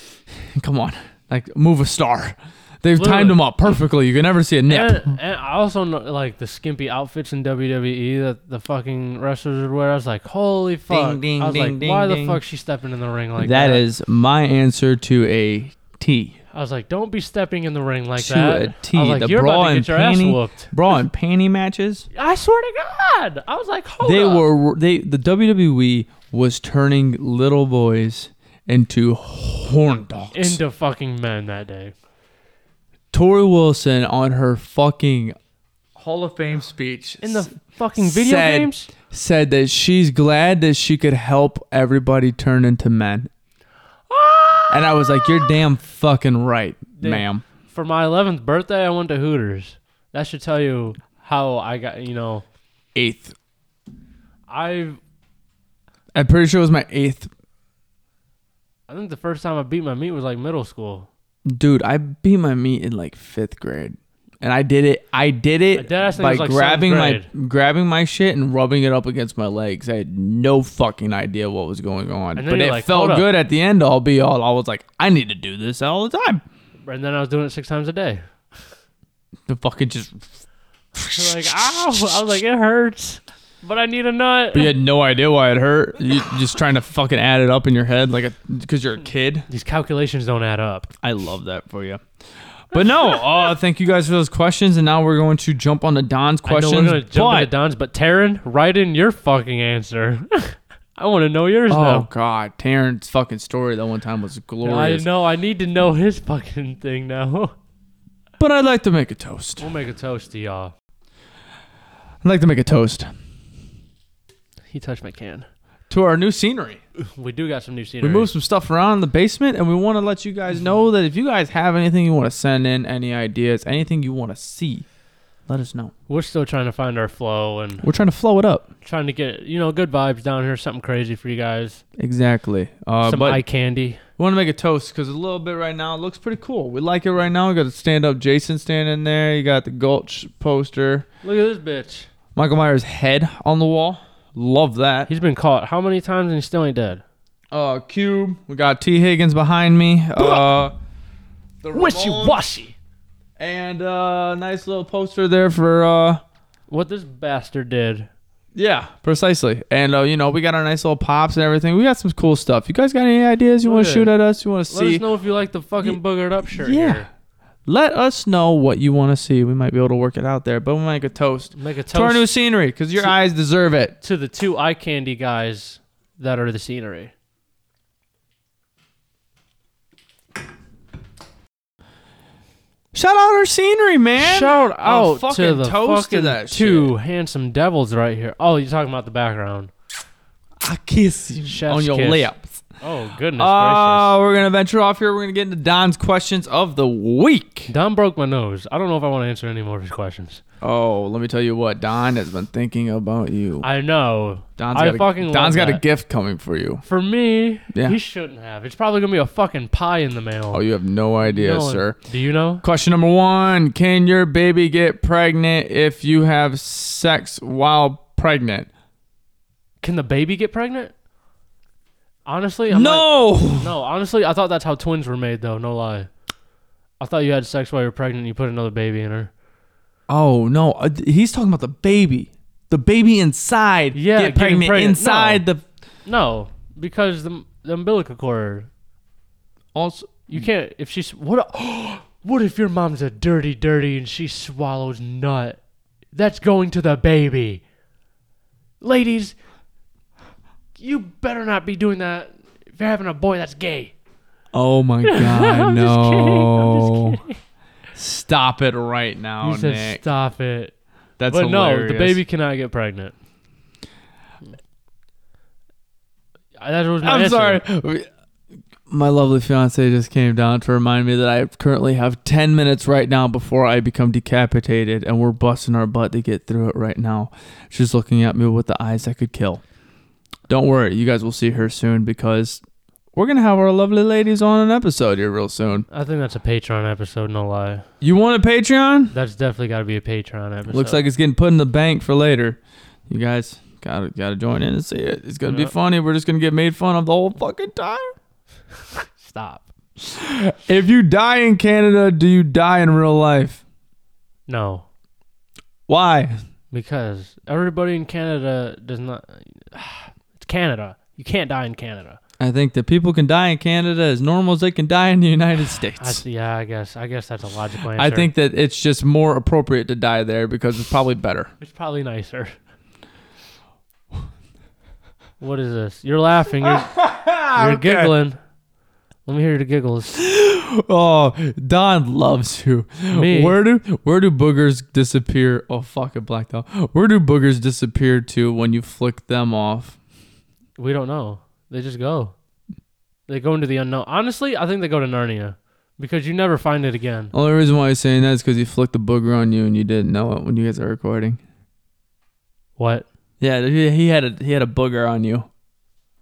Speaker 1: [sighs] come on, like move a star. They've timed
Speaker 2: Literally.
Speaker 1: them up perfectly. You can never see a nip.
Speaker 2: [laughs] And, and I also know like the skimpy outfits in WWE that the fucking wrestlers would wear. I was like, holy fuck!
Speaker 1: ding,
Speaker 2: I was
Speaker 1: ding,
Speaker 2: like, why
Speaker 1: ding,
Speaker 2: the fuck
Speaker 1: ding.
Speaker 2: she stepping in the ring like that?
Speaker 1: that is my answer to a T.
Speaker 2: I was like, don't be stepping in the ring like
Speaker 1: To
Speaker 2: that.
Speaker 1: a T,
Speaker 2: I was like,
Speaker 1: the
Speaker 2: you're
Speaker 1: bra
Speaker 2: about to
Speaker 1: and
Speaker 2: get your
Speaker 1: panty-
Speaker 2: ass whooped.
Speaker 1: Bra and panty matches.
Speaker 2: I swear to God, I was like, hold
Speaker 1: they
Speaker 2: up.
Speaker 1: were they the WWE was turning little boys into horn dogs.
Speaker 2: into fucking men that day.
Speaker 1: Tori Wilson on her fucking Hall of Fame speech
Speaker 2: In the fucking video
Speaker 1: Said-
Speaker 2: games.
Speaker 1: said that she's glad that she could help everybody turn into men. And I was like, "You're damn fucking right,
Speaker 2: Dude.
Speaker 1: ma'am."
Speaker 2: For my 11th birthday, I went to Hooters. That should tell you how I got. You know,
Speaker 1: Eighth,
Speaker 2: I
Speaker 1: I'm pretty sure it was my eighth.
Speaker 2: I think the first time I beat my meat was like middle school.
Speaker 1: Dude, I beat my meat in like fifth grade, and I did it. I did it
Speaker 2: I did- I think it
Speaker 1: by
Speaker 2: was, like,
Speaker 1: grabbing my
Speaker 2: seventh
Speaker 1: grabbing my shit and rubbing it up against my legs. I had no fucking idea what was going on,
Speaker 2: And then
Speaker 1: but
Speaker 2: you're
Speaker 1: it
Speaker 2: like,
Speaker 1: felt
Speaker 2: "Hold up."
Speaker 1: good at the end. All be all, I was like, I need to do this all the time.
Speaker 2: And then I was doing it six times a day.
Speaker 1: The fucking just,
Speaker 2: So, like, ow! I was like, it hurts, but I need a nut.
Speaker 1: but you had no idea why it hurt. You just trying to fucking add it up in your head, like because you're a kid.
Speaker 2: These calculations don't add up.
Speaker 1: I love that for you. But no,
Speaker 2: [laughs]
Speaker 1: uh, thank you guys for those questions, and now we're going to jump on to Don's questions.
Speaker 2: I know we're gonna jump
Speaker 1: but-
Speaker 2: into Don's, but Taryn, write in your fucking answer. [laughs] I want to know yours
Speaker 1: [laughs] Oh
Speaker 2: now.
Speaker 1: God, Terrence's fucking story that one time was
Speaker 2: I
Speaker 1: glorious.
Speaker 2: know. I need to know his fucking thing now. [laughs]
Speaker 1: But I'd like to make a toast.
Speaker 2: we'll make a toast to y'all.
Speaker 1: I'd like to make a toast
Speaker 2: He touched my can.
Speaker 1: to our new scenery.
Speaker 2: We do got some new scenery.
Speaker 1: We moved some stuff around in the basement, and we want to let you guys know that if you guys have anything you want to send in, any ideas, anything you want to see, let us know.
Speaker 2: We're still trying to find our flow and
Speaker 1: We're trying to flow it up.
Speaker 2: trying to get you know good vibes down here. Something crazy for you guys.
Speaker 1: Exactly. Uh,
Speaker 2: some
Speaker 1: but
Speaker 2: eye candy.
Speaker 1: we want to make a toast because a little bit right now it looks pretty cool. We like it right now. We got a stand up Jason standing there. You got the Gulch poster.
Speaker 2: Look at this bitch.
Speaker 1: Michael Myers' head on the wall. Love that.
Speaker 2: He's been caught how many times and he still ain't dead?
Speaker 1: Uh, Cube. We got T. Higgins behind me.
Speaker 2: [laughs]
Speaker 1: Uh, the Ramones.
Speaker 2: washy.
Speaker 1: And uh, nice little poster there for uh,
Speaker 2: What this bastard did.
Speaker 1: yeah, precisely. And uh, you know, we got our nice little pops and everything. We got some cool stuff. You guys got any ideas you want to
Speaker 2: Good.
Speaker 1: shoot at us? You want to
Speaker 2: Let
Speaker 1: see?
Speaker 2: us know if you like the fucking boogered up shirt.
Speaker 1: yeah.
Speaker 2: Here.
Speaker 1: Let us know what you want to see. We might be able to work it out there, but we'll make a toast,
Speaker 2: Make a
Speaker 1: to our new
Speaker 2: toast
Speaker 1: scenery because your
Speaker 2: To-
Speaker 1: eyes deserve it.
Speaker 2: to the two eye candy guys that are the scenery.
Speaker 1: Shout out our scenery, man.
Speaker 2: Shout
Speaker 1: Oh,
Speaker 2: out to
Speaker 1: fucking
Speaker 2: the
Speaker 1: toast to
Speaker 2: fucking
Speaker 1: that
Speaker 2: two handsome devils right here. Oh, you're talking about the background.
Speaker 1: I kiss you
Speaker 2: Chef's
Speaker 1: on your
Speaker 2: kiss.
Speaker 1: lips.
Speaker 2: Oh goodness
Speaker 1: Uh, we're gonna venture off here. We're gonna get into Don's questions of the week.
Speaker 2: gracious! Don broke my nose. I don't know if I want to answer any more of his questions.
Speaker 1: Oh, let me tell you what Don has been thinking about you.
Speaker 2: I know.
Speaker 1: Don's
Speaker 2: I
Speaker 1: got a,
Speaker 2: fucking love
Speaker 1: Don's got a
Speaker 2: that.
Speaker 1: gift coming for you.
Speaker 2: For me,
Speaker 1: Yeah.
Speaker 2: he shouldn't have. It's probably gonna be a fucking pie in the mail.
Speaker 1: Oh, you have no idea,
Speaker 2: No one-
Speaker 1: sir.
Speaker 2: Do you know?
Speaker 1: Question number one: Can your baby get pregnant if you have sex while pregnant?
Speaker 2: Can the baby get pregnant? Honestly, I'm not-
Speaker 1: no.
Speaker 2: no, honestly, I thought that's how twins were made, though. No lie. I thought you had sex while you were pregnant and you put another baby in her.
Speaker 1: oh no, Uh, th- he's talking about the baby. The baby inside.
Speaker 2: Yeah,
Speaker 1: get
Speaker 2: getting
Speaker 1: pregnant,
Speaker 2: pregnant.
Speaker 1: inside the.
Speaker 2: No, because the, the umbilical cord.
Speaker 1: Also, hmm.
Speaker 2: You can't. If she's. What, [gasps] what if your mom's a dirty, dirty and she swallows nut? That's going to the baby. Ladies, you better not be doing that if you're having a boy that's gay.
Speaker 1: oh my god,
Speaker 2: [laughs] I'm
Speaker 1: no.
Speaker 2: just kidding. I'm just kidding.
Speaker 1: Stop it right now,
Speaker 2: you said
Speaker 1: Oh, Nick.
Speaker 2: stop it.
Speaker 1: That's
Speaker 2: but
Speaker 1: hilarious.
Speaker 2: no, the baby cannot get pregnant. I- That was my
Speaker 1: I'm
Speaker 2: answer.
Speaker 1: sorry. my lovely fiance just came down to remind me that I currently have 10 minutes right now before I become decapitated, and we're busting our butt to get through it right now. She's looking at me with the eyes that could kill. Don't worry, you guys will see her soon because we're going to have our lovely ladies on an episode here real soon.
Speaker 2: I think that's a Patreon episode. No lie,
Speaker 1: You want a Patreon?
Speaker 2: that's definitely got to be a Patreon episode.
Speaker 1: Looks like it's getting put in the bank for later. You guys gotta gotta join in and see it. It's gonna
Speaker 2: Yeah.
Speaker 1: be funny. We're just gonna get made fun of the whole fucking time.
Speaker 2: stop.
Speaker 1: If you die in Canada, do you die in real life?
Speaker 2: No,
Speaker 1: Why?
Speaker 2: because everybody in Canada does not. [sighs] It's Canada. You can't die in Canada.
Speaker 1: I think that people can die in Canada as normal as they can die in the
Speaker 2: [sighs]
Speaker 1: United
Speaker 2: I,
Speaker 1: States.
Speaker 2: yeah, I guess. I guess that's a logical answer.
Speaker 1: I think that it's just more appropriate to die there because it's probably better.
Speaker 2: It's probably nicer. What is this? You're
Speaker 1: [laughs]
Speaker 2: laughing. You're, you're giggling. Let me hear the giggles.
Speaker 1: Oh, Don loves you.
Speaker 2: Me.
Speaker 1: Where do where do boogers disappear? Oh, fucking blacked out. Where do boogers disappear to when you flick them off?
Speaker 2: We don't know. They just go. They go into the unknown. Honestly, I think they go to Narnia because you never find it again.
Speaker 1: Only reason why he's saying that is because he flicked the booger on you and you didn't know it when you guys are recording.
Speaker 2: What?
Speaker 1: Yeah, he he had a he had a booger on you.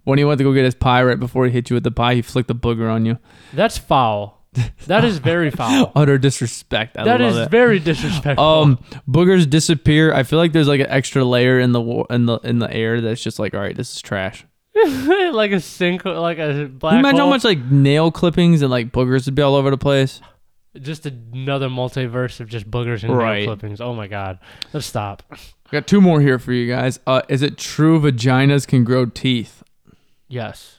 Speaker 1: When he went to go get his pie right before he hit you with the pie, he flicked the booger on you.
Speaker 2: That's foul. That
Speaker 1: [laughs]
Speaker 2: is very foul.
Speaker 1: Utter disrespect. Oh, I
Speaker 2: that
Speaker 1: love
Speaker 2: is
Speaker 1: it.
Speaker 2: very disrespectful.
Speaker 1: Um, boogers disappear. I feel like there's like an extra layer in the wa- in the in the air that's just like, all right, this is trash.
Speaker 2: [laughs] like a sink, like a black
Speaker 1: Can you Oh. imagine
Speaker 2: hole.
Speaker 1: how much like nail clippings and like boogers would be all over the place?
Speaker 2: just another multiverse of just boogers and nail
Speaker 1: Right.
Speaker 2: clippings. Oh my god. Let's stop.
Speaker 1: I got two more here for you guys. Uh, is it true vaginas can grow teeth?
Speaker 2: Yes.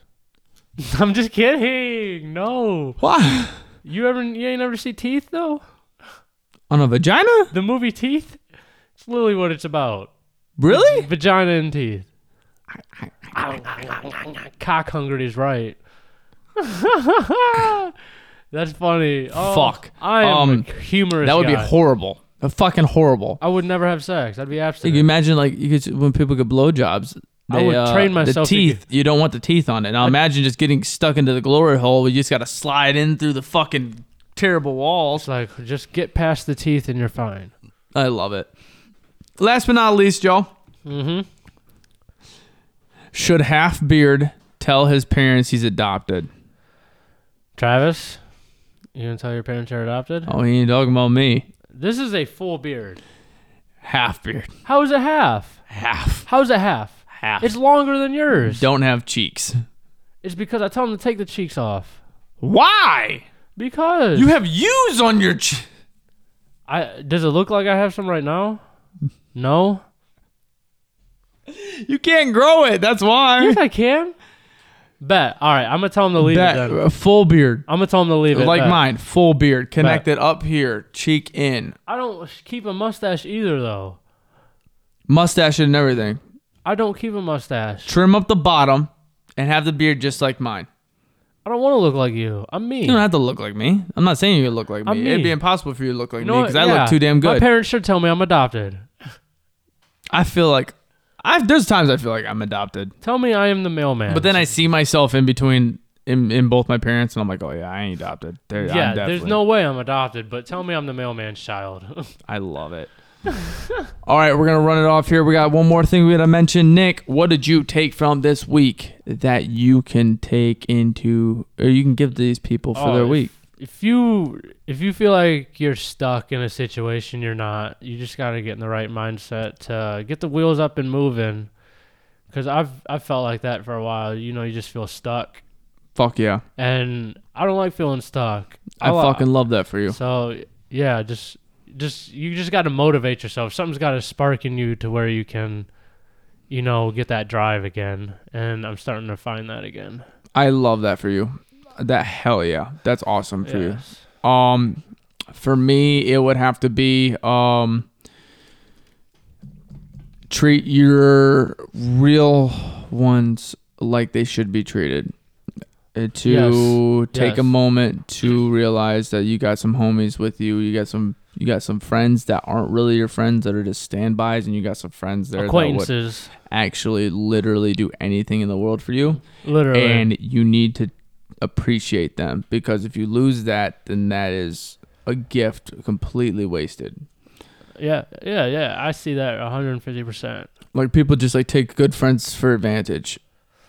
Speaker 2: [laughs] I'm just kidding. No.
Speaker 1: Why
Speaker 2: You ever you ain't ever see Teeth though?
Speaker 1: on a vagina?
Speaker 2: The movie Teeth? It's literally what it's about.
Speaker 1: Really?
Speaker 2: Vagina and teeth. Cock hungry is right. [laughs] That's funny. Oh,
Speaker 1: Fuck.
Speaker 2: I am
Speaker 1: Um,
Speaker 2: a humorous.
Speaker 1: That would be
Speaker 2: guy.
Speaker 1: horrible. Uh, fucking horrible.
Speaker 2: I would never have sex. I'd be
Speaker 1: You
Speaker 2: abstinent.
Speaker 1: can imagine like you could when people get blowjobs.
Speaker 2: I
Speaker 1: They,
Speaker 2: would
Speaker 1: uh,
Speaker 2: train myself to
Speaker 1: The teeth, you don't want the teeth on it. Now imagine just getting stuck into the glory hole. where You just got to slide in through the fucking terrible walls.
Speaker 2: It's like just get past the teeth and you're fine.
Speaker 1: I love it. Last but not least, Joe,
Speaker 2: Mm-hmm.
Speaker 1: should half beard tell his parents he's adopted?
Speaker 2: Travis, you gonna tell your parents you're adopted?
Speaker 1: Oh, he ain't talking about me.
Speaker 2: This is a full beard.
Speaker 1: Half beard,
Speaker 2: How is it half?
Speaker 1: half,
Speaker 2: How's it half?
Speaker 1: half.
Speaker 2: It's longer than yours.
Speaker 1: don't have cheeks.
Speaker 2: It's because I tell them to take the cheeks off.
Speaker 1: Why?
Speaker 2: Because
Speaker 1: You have U's on your. Che-
Speaker 2: I does it look like I have some
Speaker 1: [laughs]
Speaker 2: right now? No.
Speaker 1: you can't grow it. That's why.
Speaker 2: Yes, I can. Bet. All right, I'm gonna tell them to leave
Speaker 1: That-
Speaker 2: it. Then.
Speaker 1: uh, full beard.
Speaker 2: I'm gonna tell them to leave it.
Speaker 1: like
Speaker 2: bet.
Speaker 1: mine, full beard, connected up here, cheek in,
Speaker 2: I don't sh- keep a mustache either, though.
Speaker 1: mustache and everything.
Speaker 2: I don't keep a mustache.
Speaker 1: Trim up the bottom and have the beard just like mine.
Speaker 2: I don't want to look like you. I'm me.
Speaker 1: You don't have to look like me. I'm not saying you look like me.
Speaker 2: I'm me.
Speaker 1: It'd be impossible for you to look like
Speaker 2: You
Speaker 1: me
Speaker 2: know
Speaker 1: 'cause me
Speaker 2: what?
Speaker 1: because I
Speaker 2: Yeah.
Speaker 1: look too damn
Speaker 2: My
Speaker 1: good.
Speaker 2: parents should tell me I'm adopted.
Speaker 1: I feel like I there's times I feel like I'm adopted,
Speaker 2: Tell me I am the mailman.
Speaker 1: but then I see myself in between in, in both my parents and I'm like, oh yeah, I ain't adopted. There, I'm
Speaker 2: yeah, there's
Speaker 1: definitely-
Speaker 2: no way I'm adopted. But tell me I'm the mailman's child. [laughs]
Speaker 1: I love it. [laughs] All right, we're gonna run it off here. We got one more thing we gotta mention. Nick, what did you take from this week that you can take into or you can give these people for
Speaker 2: Oh,
Speaker 1: their
Speaker 2: if-
Speaker 1: week?
Speaker 2: if you if you feel like you're stuck in a situation you're not you just got to get in the right mindset to uh, get the wheels up and moving because i've i've felt like that for a while you know you just feel stuck
Speaker 1: Fuck yeah,
Speaker 2: and i don't like feeling stuck
Speaker 1: Oh, I,
Speaker 2: li-
Speaker 1: fucking love that for you.
Speaker 2: so yeah just just you just got to motivate yourself something's got to spark in you to where you can you know get that drive again and i'm starting to find that again
Speaker 1: I love that for you. That hell yeah, that's awesome for
Speaker 2: yes.
Speaker 1: you. Um, for me, it would have to be um, treat your real ones like they should be treated. Uh, To take a
Speaker 2: yes.
Speaker 1: moment to realize that you got some homies with you, you got some you got some friends that aren't really your friends that are just standbys, and you got some friends there that would
Speaker 2: acquaintances
Speaker 1: actually literally do anything in the world for you
Speaker 2: literally
Speaker 1: and you need to appreciate them because if you lose that, then that is a gift completely wasted.
Speaker 2: Yeah, yeah, yeah. I see that 150%.
Speaker 1: Like people just like take good friends for advantage.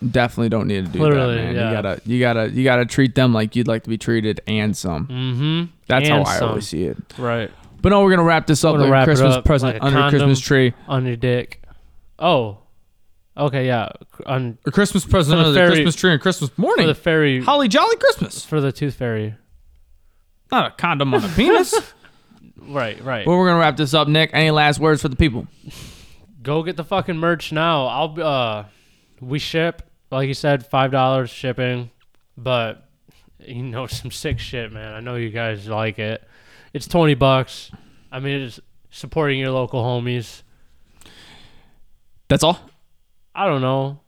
Speaker 1: Definitely don't need to do
Speaker 2: Literally,
Speaker 1: that, man.
Speaker 2: yeah.
Speaker 1: You gotta, you gotta, you gotta treat them like you'd like to be treated, and some.
Speaker 2: Mm hmm.
Speaker 1: That's
Speaker 2: and
Speaker 1: how I
Speaker 2: some.
Speaker 1: always see it.
Speaker 2: Right.
Speaker 1: But no, we're gonna wrap this up
Speaker 2: We're gonna
Speaker 1: like a
Speaker 2: wrap it
Speaker 1: Christmas
Speaker 2: up
Speaker 1: present
Speaker 2: like a
Speaker 1: under a
Speaker 2: condom.
Speaker 1: Christmas tree.
Speaker 2: On your dick. Oh. Okay, yeah. c- On
Speaker 1: A Christmas present
Speaker 2: For the
Speaker 1: under the
Speaker 2: fairy-
Speaker 1: Christmas tree on Christmas
Speaker 2: for
Speaker 1: morning.
Speaker 2: the fairy.
Speaker 1: Holly jolly Christmas.
Speaker 2: For the tooth fairy.
Speaker 1: Not a condom
Speaker 2: [laughs]
Speaker 1: on a penis.
Speaker 2: Right, right.
Speaker 1: well, we're gonna wrap this up, Nick. Any last words for the people?
Speaker 2: Go get the fucking merch now. I'll be- uh we ship, like you said, five dollars shipping, but you know [laughs] some sick shit, man. I know you guys like it. It's twenty bucks. I mean it's supporting your local homies.
Speaker 1: That's all.
Speaker 2: I don't know.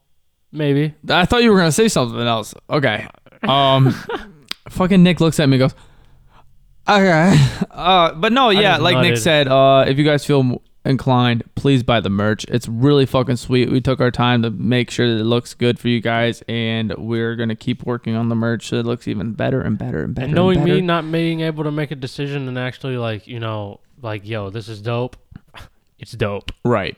Speaker 2: Maybe.
Speaker 1: I thought you were gonna say something else. Okay.
Speaker 2: [laughs]
Speaker 1: Um, fucking Nick looks at me and goes, "Okay." Uh, but no, yeah,
Speaker 2: just
Speaker 1: like Nick
Speaker 2: nodded.
Speaker 1: said, uh, if you guys feel m- inclined, please buy the merch. It's really fucking sweet. We took our time to make sure that it looks good for you guys, and we're gonna keep working on the merch so it looks even better and better and better.
Speaker 2: And knowing
Speaker 1: better.
Speaker 2: me not being able to make a decision and actually like, you know, like, yo, this is dope. [laughs] It's dope.
Speaker 1: Right.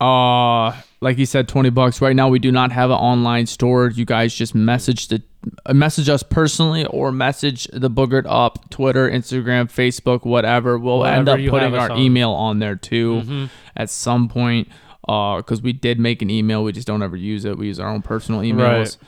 Speaker 1: Uh like you said, twenty bucks. Right now, we do not have an online store. You guys just message the uh, message us personally or message the boogered up Twitter, Instagram, Facebook, whatever. We'll end
Speaker 2: Whatever
Speaker 1: up
Speaker 2: you
Speaker 1: putting
Speaker 2: have us
Speaker 1: our
Speaker 2: on.
Speaker 1: email on there too
Speaker 2: Mhm.
Speaker 1: at some point. Uh, because we did make an email, we just don't ever use it. We use our own personal emails.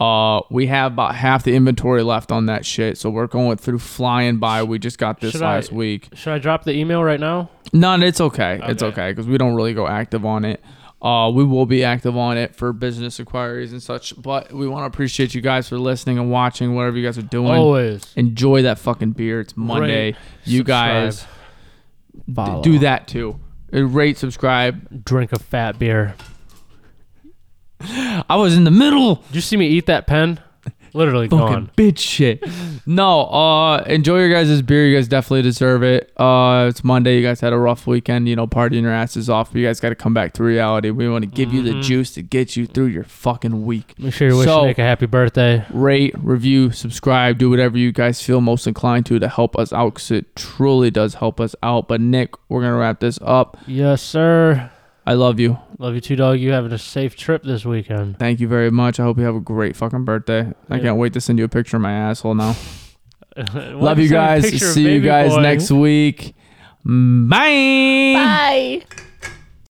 Speaker 1: Uh, we have about half the inventory left on that shit, so we're going through flying by. We just got this
Speaker 2: Should I-
Speaker 1: last week.
Speaker 2: Should I drop the email right now?
Speaker 1: No, it's okay. It's
Speaker 2: Okay.
Speaker 1: okay because we don't really go active on it. Uh, we will be active on it for business inquiries and such. But we want to appreciate you guys for listening and watching whatever you guys are doing.
Speaker 2: Always.
Speaker 1: Enjoy that fucking beer. It's Monday.
Speaker 2: Rate,
Speaker 1: you guys
Speaker 2: subscribe,
Speaker 1: d-
Speaker 2: follow.
Speaker 1: do that too. Uh, Rate, subscribe.
Speaker 2: Drink a fat beer.
Speaker 1: I was in the middle.
Speaker 2: Did you see me eat that pen? Literally
Speaker 1: Fucking
Speaker 2: gone.
Speaker 1: bitch shit. No, uh, enjoy your guys' beer. You guys definitely deserve it. Uh, it's Monday. You guys had a rough weekend, you know, partying your asses off. But you guys got to come back to reality. We want to give you the
Speaker 2: Mhm.
Speaker 1: juice to get you through your fucking week.
Speaker 2: Make sure you wish
Speaker 1: So-
Speaker 2: Nick a happy birthday.
Speaker 1: rate, review, subscribe, do whatever you guys feel most inclined to to help us out because it truly does help us out. But Nick, we're gonna wrap this up.
Speaker 2: Yes, sir.
Speaker 1: I love you.
Speaker 2: Love you too, dog. You having a safe trip this weekend. [laughs]
Speaker 1: Thank you very much. I hope you have a great fucking birthday. I
Speaker 2: Yeah.
Speaker 1: can't wait to send you a picture of my asshole now.
Speaker 2: Why'd
Speaker 1: love you
Speaker 2: send a
Speaker 1: guys.
Speaker 2: picture of
Speaker 1: See you
Speaker 2: baby
Speaker 1: guys
Speaker 2: boy?
Speaker 1: next week. Bye.
Speaker 4: Bye.